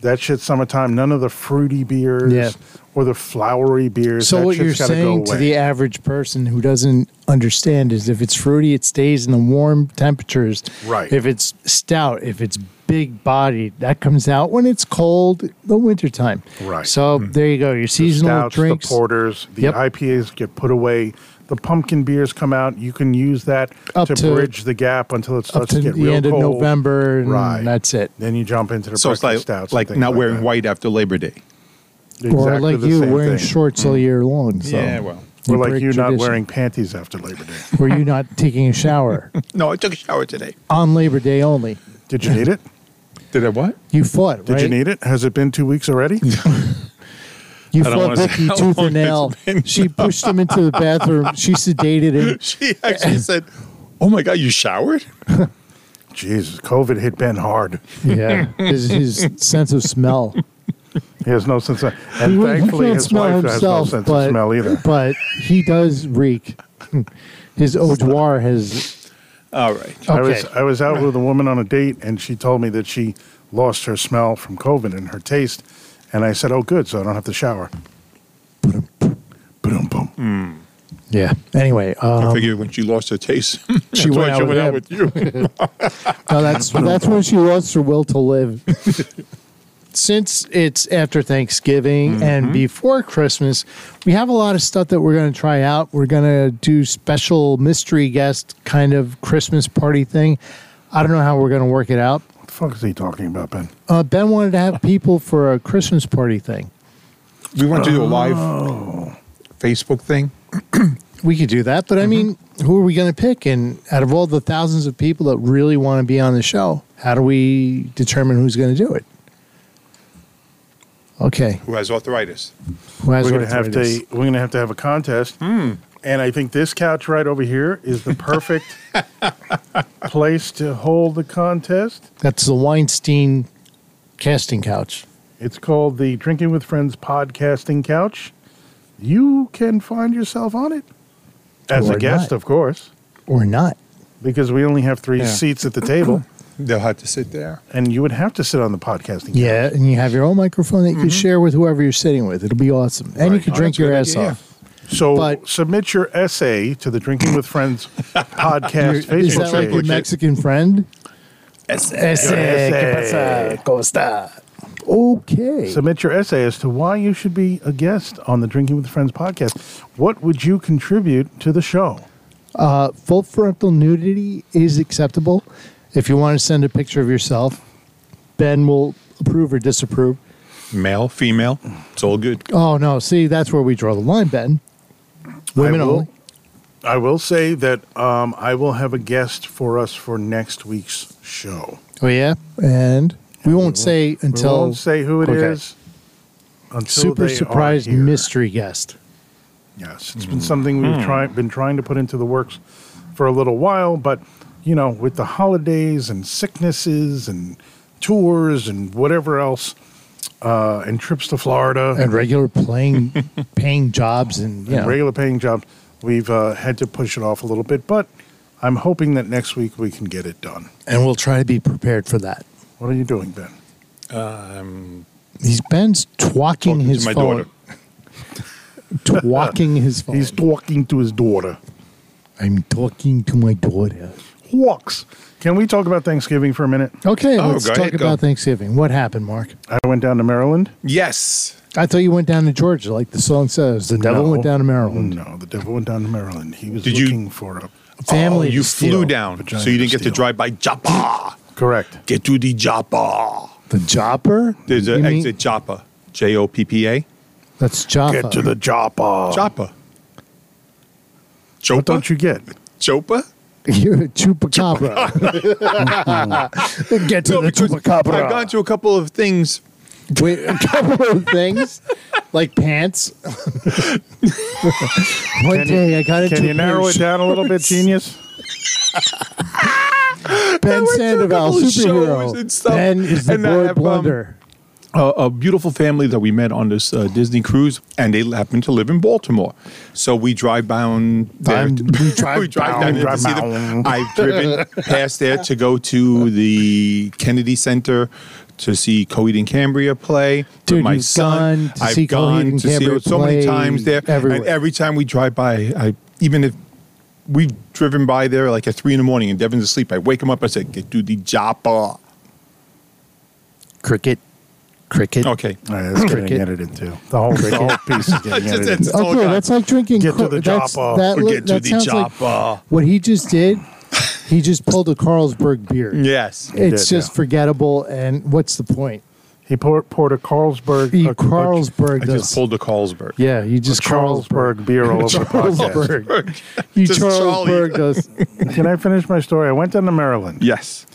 That shit's summertime. None of the fruity beers
Yeah.
or the flowery beers.
So
that
what
shit's
you're
gotta go
saying to
away.
the average person who doesn't understand is if it's fruity, it stays in the warm temperatures.
Right.
If it's stout, if it's big bodied, that comes out when it's cold, the wintertime.
Right. Hmm.
So there you go. Your
the
seasonal
stouts,
drinks.
the porters, the
Yep.
IPAs get put away. The pumpkin beers come out. You can use that
Up
to,
to-
bridge the gap until it
up
starts to
to
get
the
real
end
cold.
of November, and
Right.
that's it.
Then you jump into the
So it's
breakfast
like,
stouts, and
like
things
not wearing
that.
white after Labor Day.
or
Exactly
like
the
you
same
wearing
thing. Hmm.
shorts all year long. So
Yeah, well.
or like
break
you not
tradition.
wearing panties after Labor Day.
Were you not taking
(laughs)
a shower
No, I took a shower today.
on Labor Day only?
Did you need it?
Did I what?
You fought,
Did
right?
you need it? Has it been two weeks
(laughs)
already?
You
I don't
fought
wanna say (laughs)
Vicky
how
tooth
long
and
it's
nail.
been.
She pushed him into the bathroom. She sedated him.
(laughs) She (laughs) actually said, Oh my God, you showered?
Jesus, COVID hit Ben hard.
Yeah, his, his sense of smell.
He has no sense of, and
He wouldn't- he
thankfully
can't
his
smell
wife has no sense
but,
of smell either.
But he does reek.
(laughs)
His odor has.
All right.
Okay.
I was I was out with a woman on a date, and she told me that she lost her smell from COVID and her taste. And I said, "Oh, good, so I don't have to shower." Boom, boom.
yeah. Anyway,
I
um,
figured when she lost her taste, (laughs)
She
that's
went
why
out
she
with
went
him.
out with you. (laughs)
No, that's that's when she lost her will to live. Since it's after Thanksgiving and before Christmas, we have a lot of stuff that we're going to try out. We're going to do special mystery guest kind of Christmas party thing. I don't know how we're going to work it out.
What the fuck is he talking about, Ben?
Uh, ben wanted to have people for a Christmas party thing.
we want to do
Oh.
a live Facebook thing.
We could do that, but I mean, who are we going to pick? And out of all the thousands of people that really want to be on the show, how do we determine who's going to do it? Okay.
Who has arthritis?
Who has
We're gonna have
arthritis?
to we're gonna have to have a contest.
Hmm.
And I think this couch right over here is the perfect
(laughs)
place to hold the contest.
That's the Weinstein casting couch.
It's called the Drinking with Friends podcasting couch. You can find yourself on it as
Or
a guest,
not.
of course,
Or not.
because we only have three
Yeah.
seats at the
(clears throat)
table.
They'll have to sit there.
and you would have to sit on the podcasting. couch.
Yeah, and you have your own microphone that you can
Mm-hmm.
share with whoever you're sitting with. It'll be awesome. And you
Right.
can
Oh,
drink
that's a
your
good
ass
idea,
off.
So
But-
submit your essay to the Drinking with
(laughs)
Friends podcast
Is
Facebook
that like your
page.
Mexican friend? Ese, ¿qué pasa? ¿Cómo está? Okay.
submit your essay as to why you should be a guest on the Drinking with Friends podcast. What would you contribute to the show?
Uh, full frontal nudity is acceptable. If you want to send a picture of yourself, Ben will approve or disapprove.
Male, female, it's all good.
Oh, no. See, that's where we draw the line, Ben. Women
I will,
only.
I will say that um, I will have a guest for us for next week's show.
Oh, yeah. And we won't say until.
we won't say who it is
Okay.
until
super
they are
surprise
here.
mystery guest.
Yes, it's been
Hmm.
something we've try, been trying to put into the works for a little while, but you know, with the holidays and sicknesses and tours and whatever else, uh, and trips to Florida
And regular
(laughs)
playing, paying jobs, and you
and
know,
regular paying jobs, we've uh, had to push it off a little bit. But I'm hoping that next week we can get it done.
and we'll try to be prepared for that.
What are you doing, Ben?
He's Ben's twatting
Talking
his
to my
phone,
daughter. (laughs)
twatting his phone.
He's talking to his daughter.
I'm talking to my daughter.
Walks. Can we talk about Thanksgiving for a minute?
Okay,
Oh,
let's
go
talk
ahead, go.
about Thanksgiving. What happened, Mark?
I went down to Maryland.
Yes.
I thought you went down to Georgia, like the song says. The devil
No.
went down to Maryland.
No, the devil went down to Maryland. He was
Did you-
looking for a
Family.
Oh, you
to steal.
flew down,
Vagina
so you didn't get to
steal.
drive by Joppa.
Correct.
Get to the Joppa.
The Jopper?
There's
You
an
mean-
exit Joppa. J O P P A.
That's Joppa.
Get to the Joppa.
Joppa.
What
Joppa.
don't you get?
Joppa.
(laughs) You're a chupacabra. (laughs) Get to
No,
the
because
chupacabra.
I've gone to a couple of things.
Wait, a couple of things,
(laughs)
like pants. One
Can you-
day I got into
Can
a
you
pair
narrow
of
it down a
(laughs)
little bit, genius?
Ben
went to a
Sandoval,
couple of
superhero.
shows and stuff,
ben is the
and I
boy
have, um,
blunder.
a, a beautiful family that we met on this uh, Disney cruise, and they happen to live in Baltimore. So we drive down there.
Down-
(laughs)
we drive down,
down, there to
drive
see them.
down.
(laughs)
I've driven past there to go to the Kennedy Center to see Coheed and Cambria play
Dude,
with my
you've
son.
gone to see Coheed and Cambria
so many
play
times there,
everywhere.
and every time we drive by, I even if. We've driven by there like at three in the morning, and Devin's asleep. I wake him up. I said, "Get to the Joppa."
Cricket. Cricket.
Okay,
All right, that's getting
Cricket.
edited too. The whole, the whole piece is (laughs) getting
It's- it's-
edited.
it's- all
Okay,
gone.
that's like drinking.
Get to
Cor-
the
that's-
Joppa.
That,
Or
look-
get to
that
the
sounds like-
Joppa.
what he just
(laughs)
did, he just pulled a Carlsberg beer.
yes,
It's
did,
just
yeah.
forgettable, and what's the point?
He poured, poured a Carlsberg.
He
a- a-
Carlsberg
I
does.
just pulled the Carlsberg.
yeah, you
just
just Carlsberg.
Carlsberg beer all over the podcast.
Carlsberg. you
Just Charlie.
Charlesberg
(laughs)
does.
Can I finish my story? I went down to Maryland.
Yes.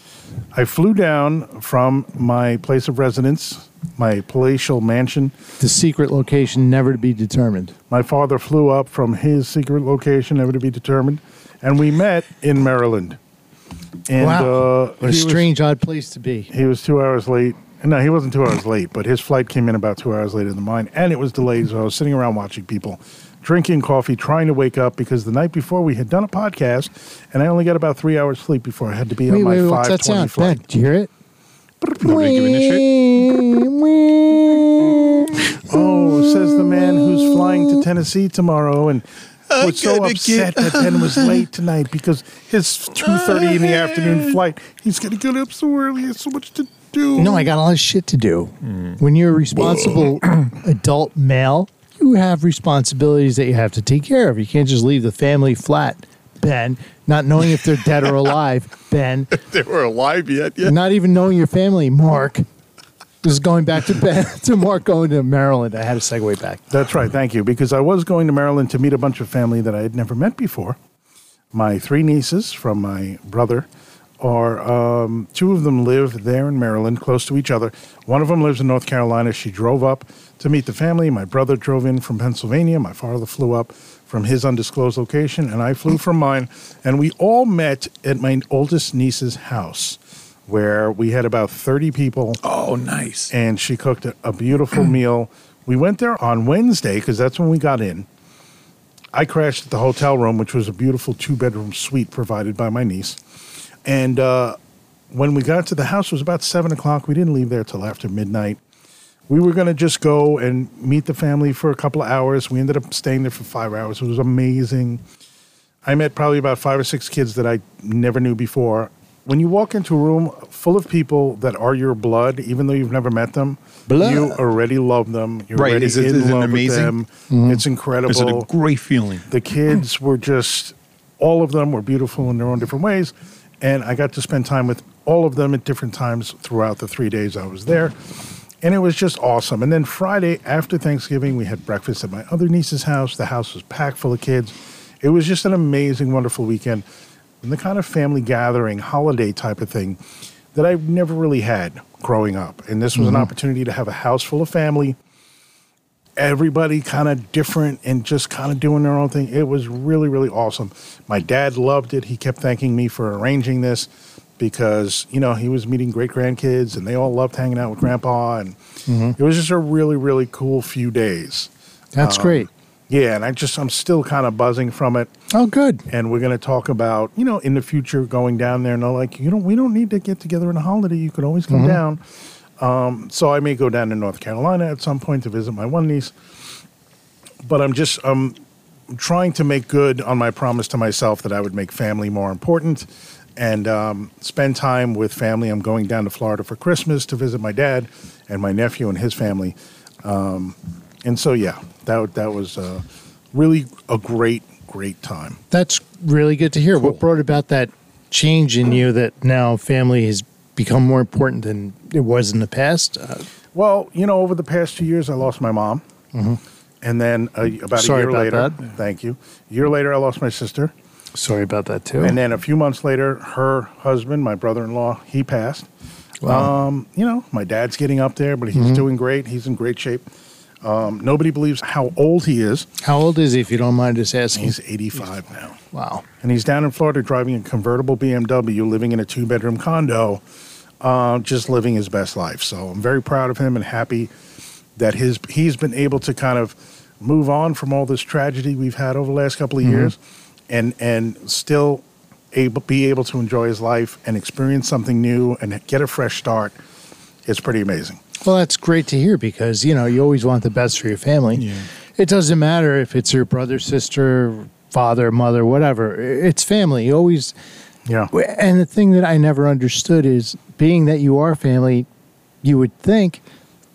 I flew down from my place of residence, my palatial mansion.
the secret location never to be determined.
My father flew up from his secret location, never to be determined, and we met in Maryland. And
Wow.
uh,
What a
he was-
strange, odd place to be.
he was two hours late. No, he wasn't two hours late, but his flight came in about two hours later than mine, and it was delayed. So I was sitting around watching people, drinking coffee, trying to wake up because the night before we had done a podcast, and I only got about three hours sleep before I had to be on
Wait,
my
wait, what's
five
that
twenty
sound?
flight.
Ben, do you hear it?
Nobody giving a
Oh, says the man who's flying to Tennessee tomorrow, and was so
gotta
upset that Ben was late tonight because his two thirty in the afternoon flight. He's gonna get up so early. He has so much to do.
No, I got a lot of shit to do. When you're a responsible (clears throat) adult male, you have responsibilities that you have to take care of. You can't just leave the family flat, Ben, not knowing if they're dead or alive, Ben,
They were alive yet. Yeah.
not even knowing your family, Mark. This is going back to Ben, (laughs) to Mark going to Maryland. I had a segue back.
That's right. Thank you. Because I was going to Maryland to meet a bunch of family that I had never met before. My three nieces from my brother are, um, two of them live there in Maryland, close to each other. One of them lives in North Carolina. She drove up to meet the family. My brother drove in from Pennsylvania. My father flew up from his undisclosed location, and I flew from mine. And we all met at my oldest niece's house, where we had about 30 people
Oh, nice.
and she cooked a, a beautiful meal. We went there on Wednesday because that's when we got in. I crashed at the hotel room, which was a beautiful two bedroom suite provided by my niece. And uh, when we got to the house, it was about seven o'clock. We didn't leave there till after midnight. We were going to just go and meet the family for a couple of hours. We ended up staying there for five hours. It was amazing. I met probably about five or six kids that I never knew before. When you walk into a room full of people that are your blood, even though you've never met them,
Blood.
you already love them. You're
Right.
already
Is it-
in
is it
love
amazing?
with them. It's incredible.
Is it a great feeling?
the kids were just, all of them were beautiful in their own different ways. And I got to spend time with all of them at different times throughout the three days I was there. And it was just awesome. And then Friday after Thanksgiving, we had breakfast at my other niece's house. The house was packed full of kids. It was just an amazing, wonderful weekend. And the kind of family gathering, holiday type of thing that I've never really had growing up. And this was an opportunity to have a house full of family everybody kind of different and just kind of doing their own thing. It was really, really awesome. My dad loved it. He kept thanking me for arranging this because, you know, he was meeting great grandkids and they all loved hanging out with grandpa. And it was just a really, really cool few days.
That's great.
Yeah. And I just, I'm still kind of buzzing from it.
Oh, good.
And we're going to talk about, you know, in the future going down there. And they're like, you know, we don't need to get together on a holiday. You could always come down. Um, so I may go down to North Carolina at some point to visit my one niece. But I'm just um, trying to make good on my promise to myself that I would make family more important and um, spend time with family. I'm going down to Florida for Christmas to visit my dad and my nephew and his family. Um, and so, yeah, that, that was uh, really a great, great time.
That's really good to hear. What brought about that change in you that now family has become more important than it was in the past? Uh,
Well, you know, over the past two years, I lost my mom, and then uh, about
Mm-hmm. Sorry
a year
about
later,
that.
thank you. A year later, I lost my sister,
sorry about that too.
and then a few months later, her husband, my brother-in-law, he passed. Um, you know, my dad's getting up there, but he's
Mm-hmm.
doing great. He's in great shape. Um, nobody believes how old he is.
How old is he, if you don't mind us asking?
He's 85 now.
wow.
and he's down in Florida driving a convertible BMW, living in a two bedroom condo, uh, just living his best life. So I'm very proud of him and happy that his he's been able to kind of move on from all this tragedy we've had over the last couple of
Mm-hmm.
years, and and still able be able to enjoy his life and experience something new and get a fresh start. It's pretty amazing.
Well, that's great to hear because you know you always want the best for your family. It doesn't matter if it's your brother, sister, father, mother, whatever. I- It's family. You always.
Yeah.
And the thing that I never understood is, being that you are family, you would think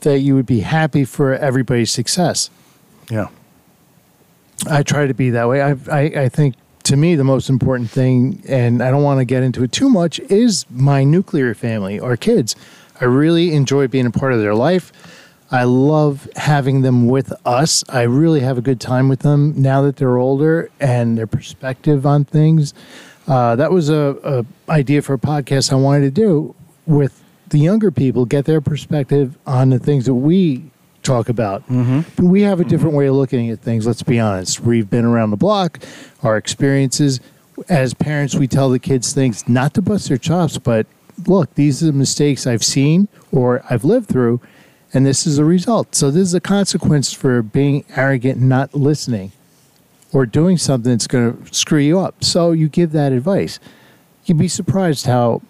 that you would be happy for everybody's success.
Yeah.
I try to be that way. I, I, I think to me the most important thing, and I don't want to get into it too much, is my nuclear family, our kids. I really enjoy being a part of their life. I love having them with us. I really have a good time with them now that they're older and their perspective on things. Uh, that was a, a idea for a podcast I wanted to do with the younger people, get their perspective on the things that we talk about. But we have a different way of looking at things, let's be honest. We've been around the block, our experiences. As parents, we tell the kids things not to bust their chops, but look, these are the mistakes I've seen or I've lived through, and this is a result. So, this is a consequence for being arrogant and not listening or doing something that's going to screw you up. So, you give that advice. You'd be surprised how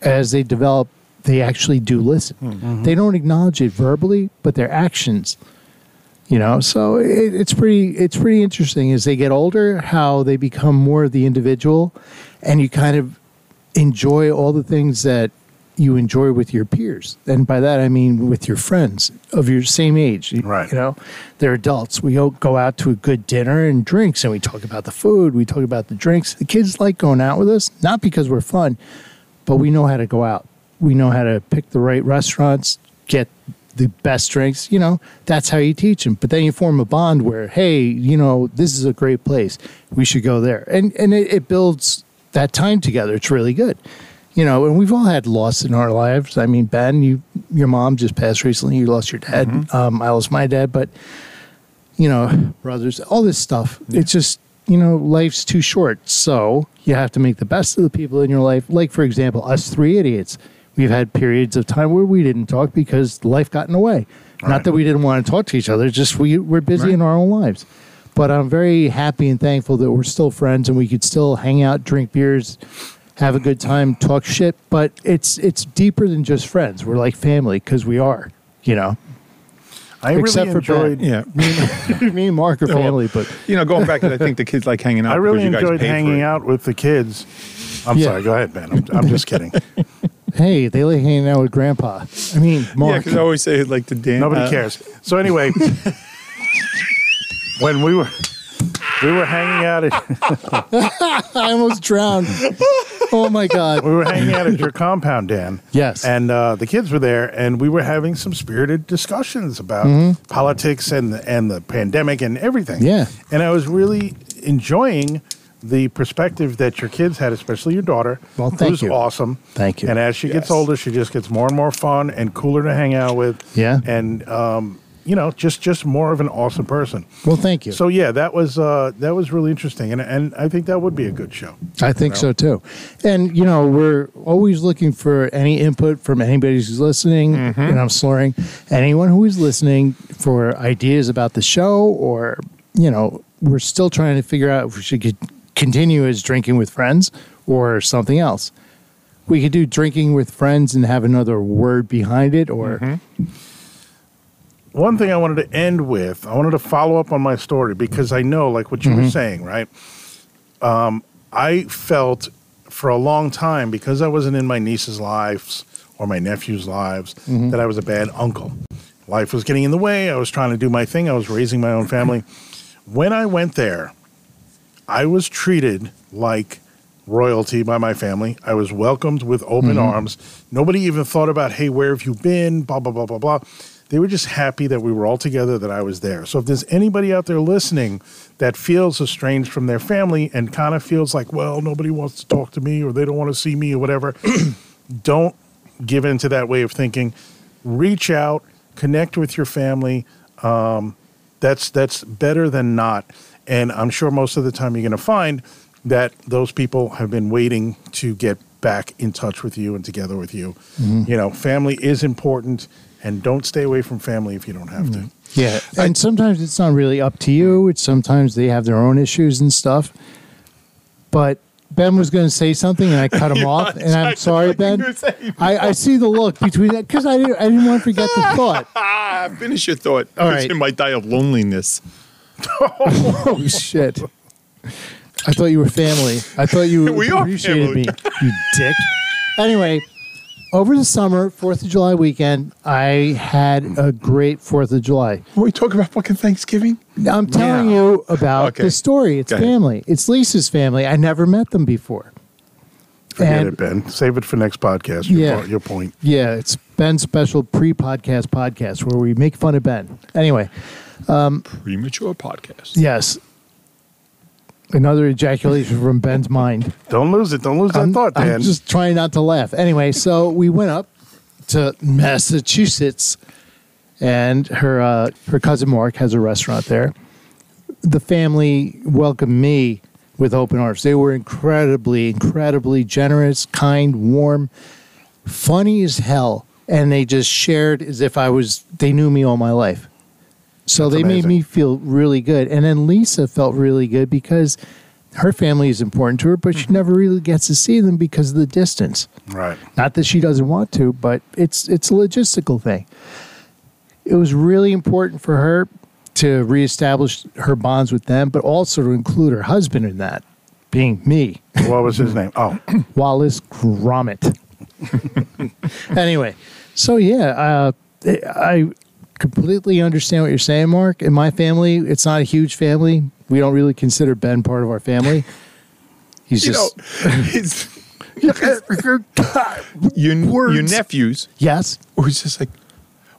as they develop, they actually do listen. They don't acknowledge it verbally, but their actions, you know. So it, it's pretty it's pretty interesting as they get older how they become more of the individual, and you kind of enjoy all the things that you enjoy with your peers. And by that I mean with your friends of your same age. you-
Right.
You know, they're adults. We all go out to a good dinner and drinks and we talk about the food, we talk about the drinks. The kids like going out with us, not because we're fun, but we know how to go out. We know how to pick the right restaurants, get the best drinks. You know, that's how you teach them. But then you form a bond where, hey, you know, this is a great place. We should go there, and and it, it builds that time together. It's really good. You know, and we've all had loss in our lives. I mean, Ben, you your mom just passed recently. You lost your dad. Um, I lost my dad, but you know, brothers, all this stuff. It's just, you know, life's too short. So you have to make the best of the people in your life. Like, for example, us three idiots. We've had periods of time where we didn't talk because life got in the way. Not that we didn't want to talk to each other, just we, we're busy in our own lives. But I'm very happy and thankful that we're still friends and we could still hang out, drink beers, have a good time, talk shit. But it's it's deeper than just friends. We're like family because we are, you know.
I
Except
really
for Ben.
enjoyed.
Yeah.
Me and (laughs) Mark are
well,
family, but
You know, going back to that, I think the kids like hanging out.
I really
because you guys
enjoyed
paid for
hanging
it.
out with the kids. I'm
Yeah.
sorry. Go ahead, Ben. I'm, I'm just
(laughs)
kidding.
Hey, they like hanging out with Grandpa. I mean,
Yeah,
Mark.
because I always say like the Dan.
Nobody
uh,
cares. So
(laughs)
anyway, when we were we were hanging out at
(laughs) I almost drowned. oh my God.
we were hanging out at your compound, Dan.
Yes.
And uh, the kids were there, and we were having some spirited discussions about politics and the, and the pandemic and everything.
Mm-hmm. Yeah.
And I was really enjoying the perspective that your kids had, especially your daughter,
Well, thank
who's
you.
awesome.
Thank you.
And as she gets
Yes.
older, she just gets more and more fun and cooler to hang out with.
Yeah.
And um, you know, just just more of an awesome person.
Well, thank you.
So yeah, that was uh, that was really interesting, and and I think that would be a good show.
I think so too. And, you know, we're always looking for any input from anybody who's listening. And I'm slurring. Anyone who is listening for ideas about the show, or, you know, we're still trying to figure out if we should co- continue as drinking with friends or something else. We could do drinking with friends and have another word behind it, or
One thing I wanted to end with, I wanted to follow up on my story because I know, like what you were saying, right? Um, I felt for a long time because I wasn't in my niece's lives or my nephew's lives that I was a bad uncle. Life was getting in the way. I was trying to do my thing. I was raising my own family. when I went there, I was treated like royalty by my family. I was welcomed with open arms. Nobody even thought about, hey, where have you been? Blah, blah, blah, blah, blah. They were just happy that we were all together, that I was there. So if there's anybody out there listening that feels estranged from their family and kind of feels like, well, nobody wants to talk to me or they don't want to see me or whatever, (clears throat) don't give into that way of thinking. Reach out, connect with your family. Um, that's that's better than not. And I'm sure most of the time you're going to find that those people have been waiting to get back in touch with you and together with you. You know, family is important, and don't stay away from family if you don't have to.
Yeah, and sometimes it's not really up to you. It's sometimes they have their own issues and stuff. But Ben was going to say something, and I
(laughs)
cut him off. And I'm sorry, Ben. I, I see the look between that because I didn't. I didn't want to forget the thought.
(laughs) Ah, finish your thought.
All
It's
right.
in my die of loneliness.
Oh shit! I thought you were family. I thought you
(laughs) We are
appreciated
family.
me. You dick. Anyway, over the summer, Fourth of July weekend, I had a great Fourth of July.
We talk about fucking Thanksgiving.
I'm telling
Yeah.
you about
Okay.
the story. It's
Go ahead.
family. It's Lisa's family. I never met them before.
Forget
And-
it, Ben. Save it for next podcast. Your,
Yeah.
po- your point.
Yeah, it's Ben's special pre-podcast podcast where we make fun of Ben. Anyway,
Premature podcast.
yes, another ejaculation from Ben's
(laughs)
mind.
Don't lose it. Don't lose that thought, Dan.
I'm just trying not to laugh. Anyway, so we went up to Massachusetts, and her uh, her cousin Mark has a restaurant there. The family welcomed me with open arms. They were incredibly, incredibly generous, kind, warm, funny as hell, and they just shared as if I was they knew me all my life. So
That's
they
amazing.
made me feel really good. And then Lisa felt really good because her family is important to her, but
Mm-hmm.
she never really gets to see them because of the distance.
right.
Not that she doesn't want to, but it's it's a logistical thing. It was really important for her to reestablish her bonds with them, but also to include her husband in that, being me, (laughs)
What was his name? Oh,
Wallace Gromit. (laughs) anyway, so yeah, uh, I completely understand what you're saying, Mark. In my family, it's not a huge family. We don't really consider Ben part of our family. He's
You know,
just
it's, (laughs) your, your nephews
yes.
was just like,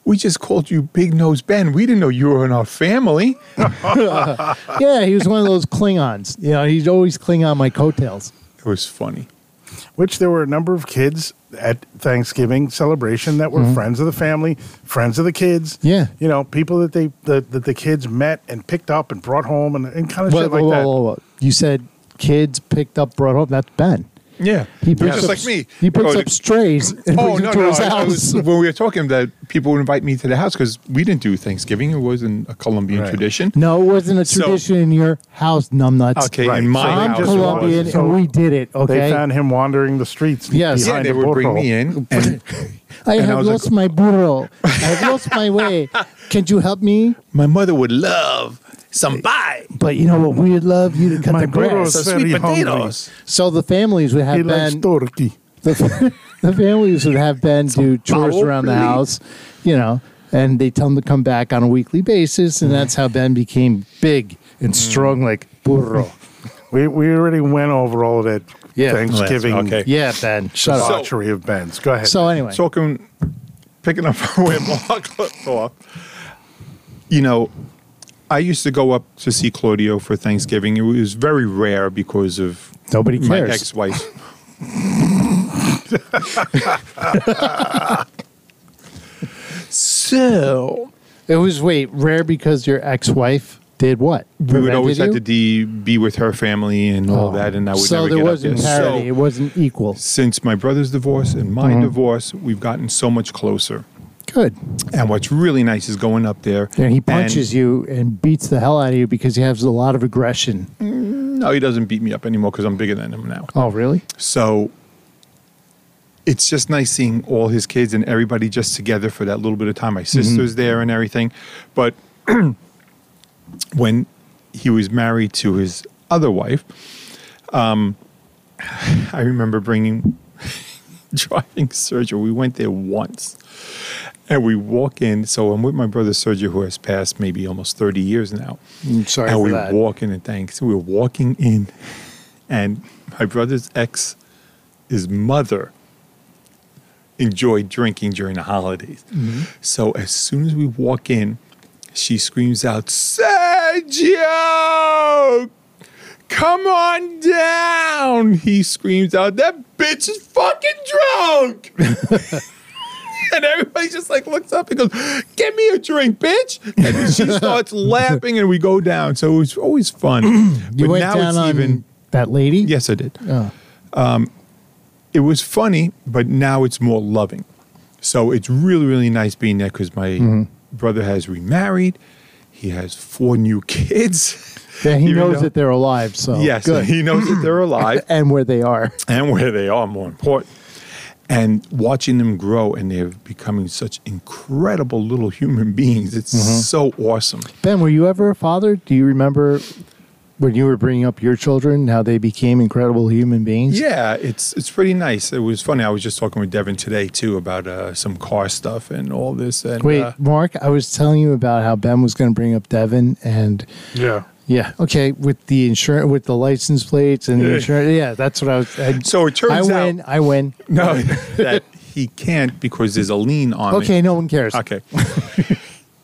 we just called you Big Nose Ben. We didn't know you were in our family.
Yeah, he was one of those Klingons. You know, he'd always cling on my coattails.
It was funny.
which there were a number of kids at Thanksgiving celebration that were friends of the family, friends of the kids.
Mm-hmm. Yeah.
You know, people that they that, that the kids met and picked up and brought home and, and
Oh,
kind of
Whoa,
shit like
whoa,
that.
whoa, whoa. You said kids picked up, brought home. That's Ben.
Yeah.
He picks
just
up,
like me.
He picks
Oh,
up strays and
Oh
brings
no,
them to
no!
his
I- I
house.
was- when we were talking that people would invite me to the house because we didn't do Thanksgiving; it wasn't a Colombian
Right.
tradition.
no, it wasn't a
So-
tradition in your house, numbnuts.
Okay,
Right.
in my
So I'm
I'm
house, it
just
Colombian
wasn't.
So
and we did it. Okay.
They found him wandering the streets.
Yes.
yeah,
behind
they
the
would bring
porthole.
me in,
(laughs)
and
I
and I
have
was like-
lost my burro. I have lost my
(laughs)
way. Can you help me?
my mother would love some pie,
But you know what we would love? You to cut
My
the grass.
burro's-
some
That's
sweet
very homely.
potatoes.
So the families would have
He
been.
likes turkey.
the, (laughs) the families would have Ben do chores
foul
around the
play.
house, you know, and they tell him to come back on a weekly basis, and that's how Ben became big
Mm.
and strong like burro.
We, we already went over all of that
Yeah.
Thanksgiving
Okay.
Yeah, Ben, shut up.
debauchery of Ben's. Go ahead.
So anyway,
Talking, picking up (laughs) where Mark left off. You know, I used to go up to see Claudio for Thanksgiving. It was very rare because of
nobody
my
cares. (laughs)
ex-wife. so
it was wait rare because your ex-wife did what?
we would always have to
Prevented
D, be with her family and all
you?
that, and I would
Oh. so
never
there
get
wasn't
up there.
parity. Mm-hmm. it
So
wasn't equal.
since my brother's divorce and my divorce, we've gotten so much closer.
Good.
And what's really nice is going up there.
And he punches you and beats the hell out of you because he has a lot of aggression.
Mm. No, he doesn't beat me up anymore because I'm bigger than him now.
Oh, really?
So it's just nice seeing all his kids and everybody just together for that little bit of time. My
Mm-hmm.
sister's there and everything. But (clears throat) when he was married to his other wife, (sighs) um, (laughs) I remember bringing driving Sergio. We went there once And we walk in. So I'm with my brother Sergio, who has passed maybe almost 30 years now.
I'm Mm, sorry
and
for
we
that.
walk in and thanks. We were walking in, (laughs) and my brother's ex, his mother, enjoyed drinking during the holidays.
Mm-hmm.
So as soon as we walk in, she screams out, Sergio! Come on down! He screams out, That bitch is fucking drunk! (laughs) And everybody just like looks up and goes, "Get me a drink, bitch!" And
(laughs)
then she starts laughing, and we go down. So it was always fun.
You went down on that lady.
yes, I did.
Oh.
It was funny, but now it's more loving. So it's really, really nice being there because my
Mm-hmm.
brother has remarried. He has four new kids. (laughs)
Yeah, he
Even
knows
though-
that they're alive. So
yes,
Oh, good.
he knows that they're
(laughs)
alive.
and where they are.
and where they are more important and watching them grow and they're becoming such incredible little human (laughs) beings it's
Mm-hmm.
so awesome
Ben, were you ever a father? Do you remember when you were bringing up your children how they became incredible human beings?
yeah it's it's pretty nice it was funny i was just talking with devin today too about uh, some car stuff and all this and
Wait,
uh,
Mark, I was telling you about how Ben was going to bring up Devin and
Yeah.
yeah, okay, with the insurance, with the license plates and the
Yeah.
insurance. Yeah, that's what I was. I,
So it turns
I win.
out-
I win.
no (laughs) that he can't because there's a lien on me.
Okay, no one cares.
Okay.
(laughs)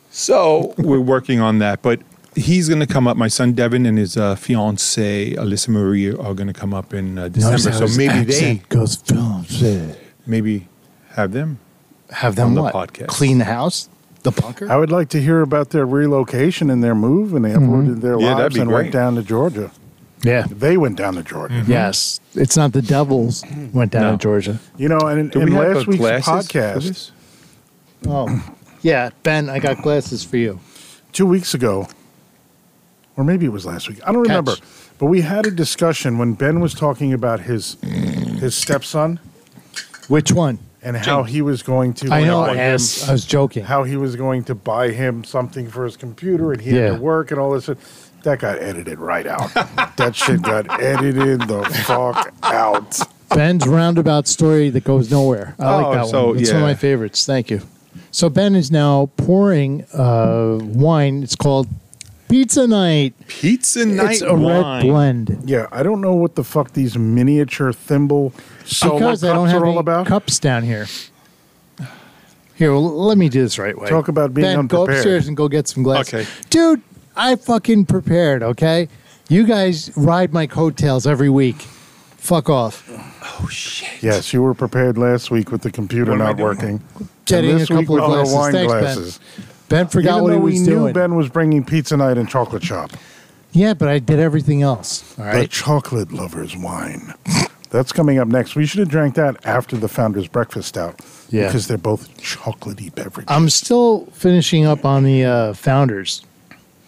so we're working on that, but he's going to come up. My son Devin and his uh, fiancee Alyssa Marie are going to come up in uh,
Notice
December.
how
So
his
maybe they
accent goes films.
maybe have them.
Have them
On the
what?
podcast.
Clean the house, the bunker.
I would like to hear about their relocation and their move, and they
Mm-hmm.
uploaded their
Yeah, that'd
lives
be
and
great. Mm-hmm.
went down to Georgia.
yeah.
They went down to Georgia.
Yes, it's not the Devils went down
No.
to Georgia.
You know, and
Do
in
we have
last
uh,
week's
glasses for
podcast,
this?
Oh, yeah, Ben, I got glasses for you.
two weeks ago, or maybe it was last week. I don't remember.
Catch.
But we had a discussion when Ben was talking about his his stepson
Which one?
and how he was going to
I know.
buy
I,
him-
asked, I was joking.
how he was going to buy him something for his computer and he
Yeah.
had to work and all this. That got edited right out. that shit got edited the fuck out.
Ben's roundabout story that goes nowhere. I
Oh,
like that
so,
one. It's one
yeah.
of my favorites. Thank you. So Ben is now pouring uh, wine. It's called Pizza Night.
Pizza night
it's a
wine.
red blend.
Yeah, I don't know what the fuck these miniature thimble solo
because
cups
I don't have
are all
any
about.
cups down here. Here, well, let me do this right way.
Talk about being
ben, go
unprepared.
upstairs and go get some glasses.
Okay.
Dude, I fucking prepared, okay? You guys ride my coattails every week. Fuck off.
Yes, you were prepared last week with the computer
What am I
not
doing?
working.
Getting
And
a
this week
couple of
with our
glasses.
wine
Thanks,
glasses.
Ben. Ben forgot
Even
what
though
he
we
was
knew
doing.
Ben was bringing pizza night and chocolate shop.
Yeah, but I did everything else. All
The
right.
chocolate lovers wine. That's coming up next. We should have drank that after the founders breakfast out.
Yeah.
Because they're both chocolatey beverages.
I'm still finishing up on the uh, founders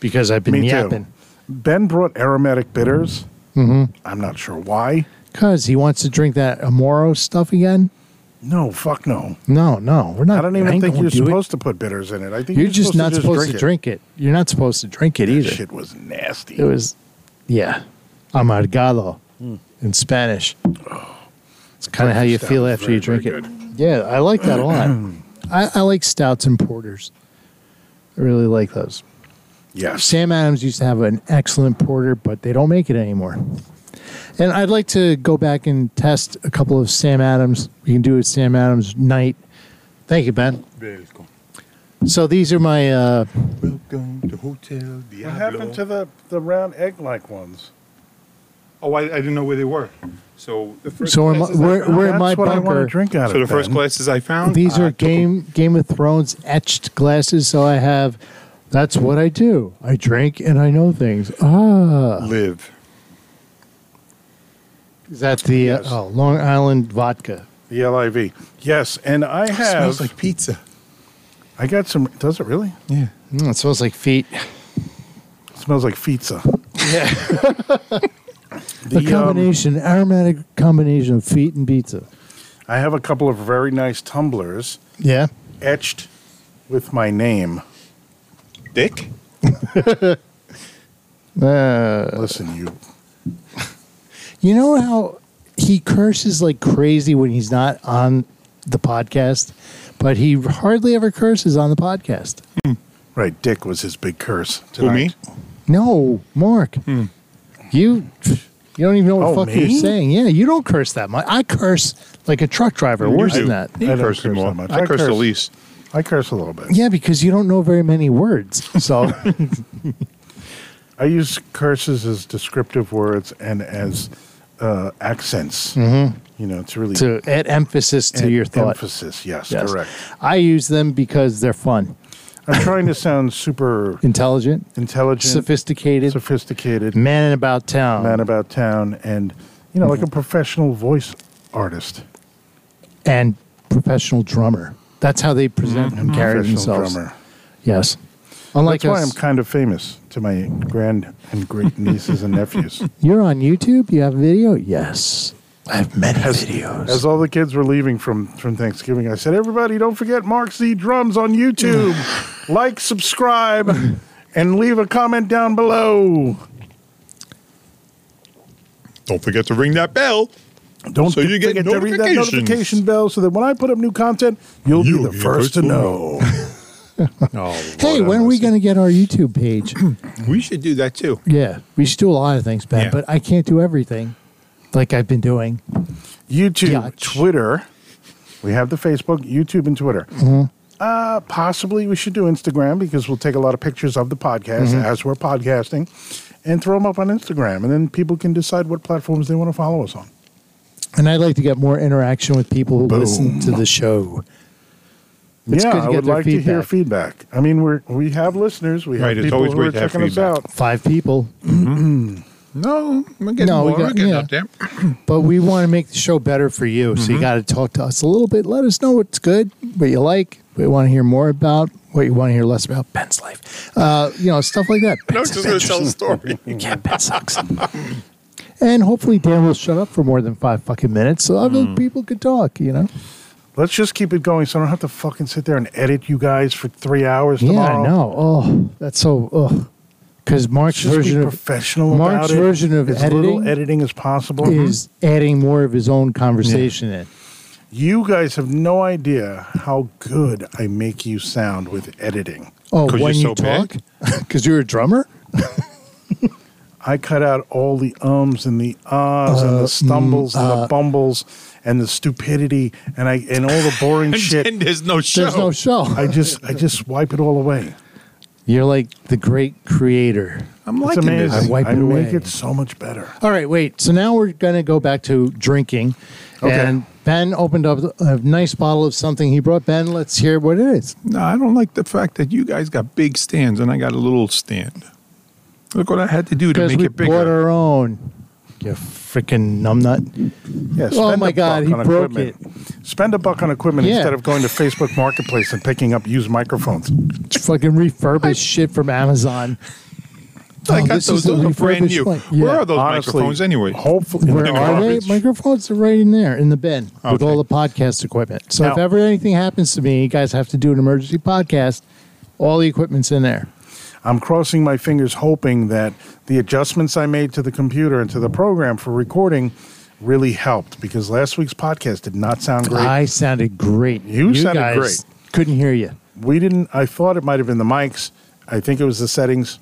because I've been
Me
yapping.
too. Ben brought aromatic bitters.
Mm-hmm.
I'm not sure why.
Because he wants to drink that Amaro stuff again.
No, fuck no.
No, no, we're not.
I don't even
ain't
think
gonna
you're
do it.
supposed to put bitters in it. I think
You're just not supposed to
it.
drink it. You're not supposed to drink it either.
That shit was nasty.
It was, yeah, amargado
Hmm.
in Spanish. It's kind of how you
stout
feel
is
after
Oh. very,
you drink
very
it. Yeah, I like that
(clears throat)
a lot. I, I like stouts and porters. I really like those.
yes.
Sam Adams used to have an excellent porter, but they don't make it anymore. And I'd like to go back and test a couple of Sam Adams. We can do a Sam Adams night. Thank you, Ben. So these are my uh,
Welcome to Hotel Diablo.
What happened to the, the round egg like ones?
Oh, I, I didn't know where they were. So the first.
So we're
glasses
mo-
I
we're-
found-
we're-
That's
in my
what I want
bunker.
to drink out
so the
of.
first
Ben.
glasses I found.
These
I
are
took them.
Game Game of Thrones etched glasses, so I have. That's what I do. I drink and I know things. Ah,
Live.
is that the
Yes.
oh, Long Island vodka?
The LIV. Yes, and I have.
smells like pizza.
I got some. Does it really?
Yeah.
Mm, it smells like feet.
It smells like pizza.
Yeah,
The,
(laughs) the
um,
combination, aromatic combination of feet and pizza.
I have a couple of very nice tumblers
Yeah,
etched with my name.
Dick.
uh,
Listen, you.
you know how he curses like crazy when he's not on the podcast, but he hardly ever curses on the podcast.
Right, Dick was his big curse.
Who, me?
tonight.
No, Mark, you you don't even know what
Hmm. Oh,
fuck you're
me?
saying. Yeah, you don't curse that much. I curse like a truck driver.
You
Worse
do.
than that.
You
I don't
curse
curse
more.
that much.
I,
I
curse the
curse.
least.
I curse a little bit.
Yeah, because you don't know very many words.
(laughs)
So
I use curses as descriptive words and as uh, accents.
Mm-hmm.
You know, it's really
to add emphasis to
em-
your thought.
emphasis. Yes,
Yes.
correct.
I use them because they're fun,
I'm trying to sound
(laughs)
super
intelligent,
intelligent,
sophisticated,
sophisticated,
man about town,
man about town, and you know, like
Mm-hmm.
a professional voice artist,
and professional drummer. That's how they present and carry
Hmm. professional
themselves.
drummer.
Yes. Unlike
That's why I'm
us,
kind of famous to my grand and great nieces and
(laughs)
nephews.
you're on YouTube. You have video. Yes, I have many videos.
As all the kids were leaving from, from Thanksgiving, I said, Everybody, don't forget Mark Z Drums
(laughs)
on YouTube. like, subscribe, and leave a comment down below.
Don't forget to ring that bell.
Don't
So you get
forget to read that
notifications.
notification bell so that when I put up new content, you'll
You'll
be the
be the
first
first
to
to
know.
Oh,
hey,
Lord,
when
I
are we
must-
going to get our
(clears throat)
YouTube page?
We should do that too.
yeah, we should do a lot of things, Ben,
Yeah.
but I can't do everything like I've been doing.
(laughs) YouTube,
Yatch.
Twitter. We have the Facebook, YouTube, and Twitter.
Mm-hmm.
Uh, possibly we should do Instagram because we'll take a lot of pictures of the podcast
Mm-hmm.
as we're podcasting and throw them up on Instagram. And then people can decide what platforms they want to follow us on.
And I'd like to get more interaction with people who listen to the show. It's
yeah,
good to
I
get
would
their
like to hear feedback. I mean, we're we have listeners. We have
Right, it's
people
always
who are
great to have
checking us
feedback.
out.
Five people,
No, we're getting
No, we
more. We
got-
are getting
yeah.
up there.
but we want to make the show better for you.
Mm-hmm.
So you got to talk to us a little bit. Let us know what's good, what you like, what you want to hear more about, what you want to hear less about. Ben's life, uh, you know, stuff like that.
I
Ben's
was just going to tell a
adventures.
story.
(laughs) Yeah, Ben sucks. and hopefully Dan will shut up for more than five fucking minutes, so other
Mm.
people could talk. You know.
Let's just keep it going, so I don't have to fucking sit there and edit you guys for three hours
Yeah,
tomorrow.
I know. Oh, that's so. Oh, because Mark's
Just
version
be
of
professional
Mark's
about it.
version of
as
editing
little editing as possible. Mm-hmm.
is adding more of his own conversation in.
You guys have no idea how good I make you sound with editing.
Oh,
'Cause
when you
you're so
talk, (laughs)
big?
because you're a drummer.
I cut out all the ums and the ahs and
Uh, mm,
the stumbles and the bumbles and the stupidity and I and all the boring
(laughs)
And
shit.
then there's no show.
There's no show.
I just I just wipe it all away.
You're like the great creator.
I'm
It's
liking
amazing.
I
this.
wipe
I
it
make
away.
it so much better.
All right, wait. So now we're going to go back to drinking.
Okay.
And Ben opened up a nice bottle of something he brought. Ben, let's hear what it is.
No, I don't like the fact that you guys got big stands and I got a little stand. Look what I had to do to
Because
make
we
it bigger.
bought our own. You freaking numbnut.
Yeah,
Oh
spend
my
a
God,
buck
he
on
broke
equipment. Spend a buck on equipment
Yeah.
instead of going to Facebook Marketplace and picking up used microphones.
It's fucking refurbished shit from Amazon.
I
Oh,
got
this is
those.
a
Those are brand
refurbished
new.
one.
Where
Yeah.
are those
Honestly,
microphones anyway?
Hopefully,
Where
the
are they?
garbage.
Microphones are right in there in the bin with
Okay.
all the podcast equipment. So if
Now-
ever anything happens to me, you guys have to do an emergency podcast. All the equipment's in there.
I'm crossing my fingers, hoping that the adjustments I made to the computer and to the program for recording really helped because last week's podcast did not sound great.
I sounded great.
You sounded great.
Couldn't hear you.
we didn't. I thought it might have been the mics. I think it was the settings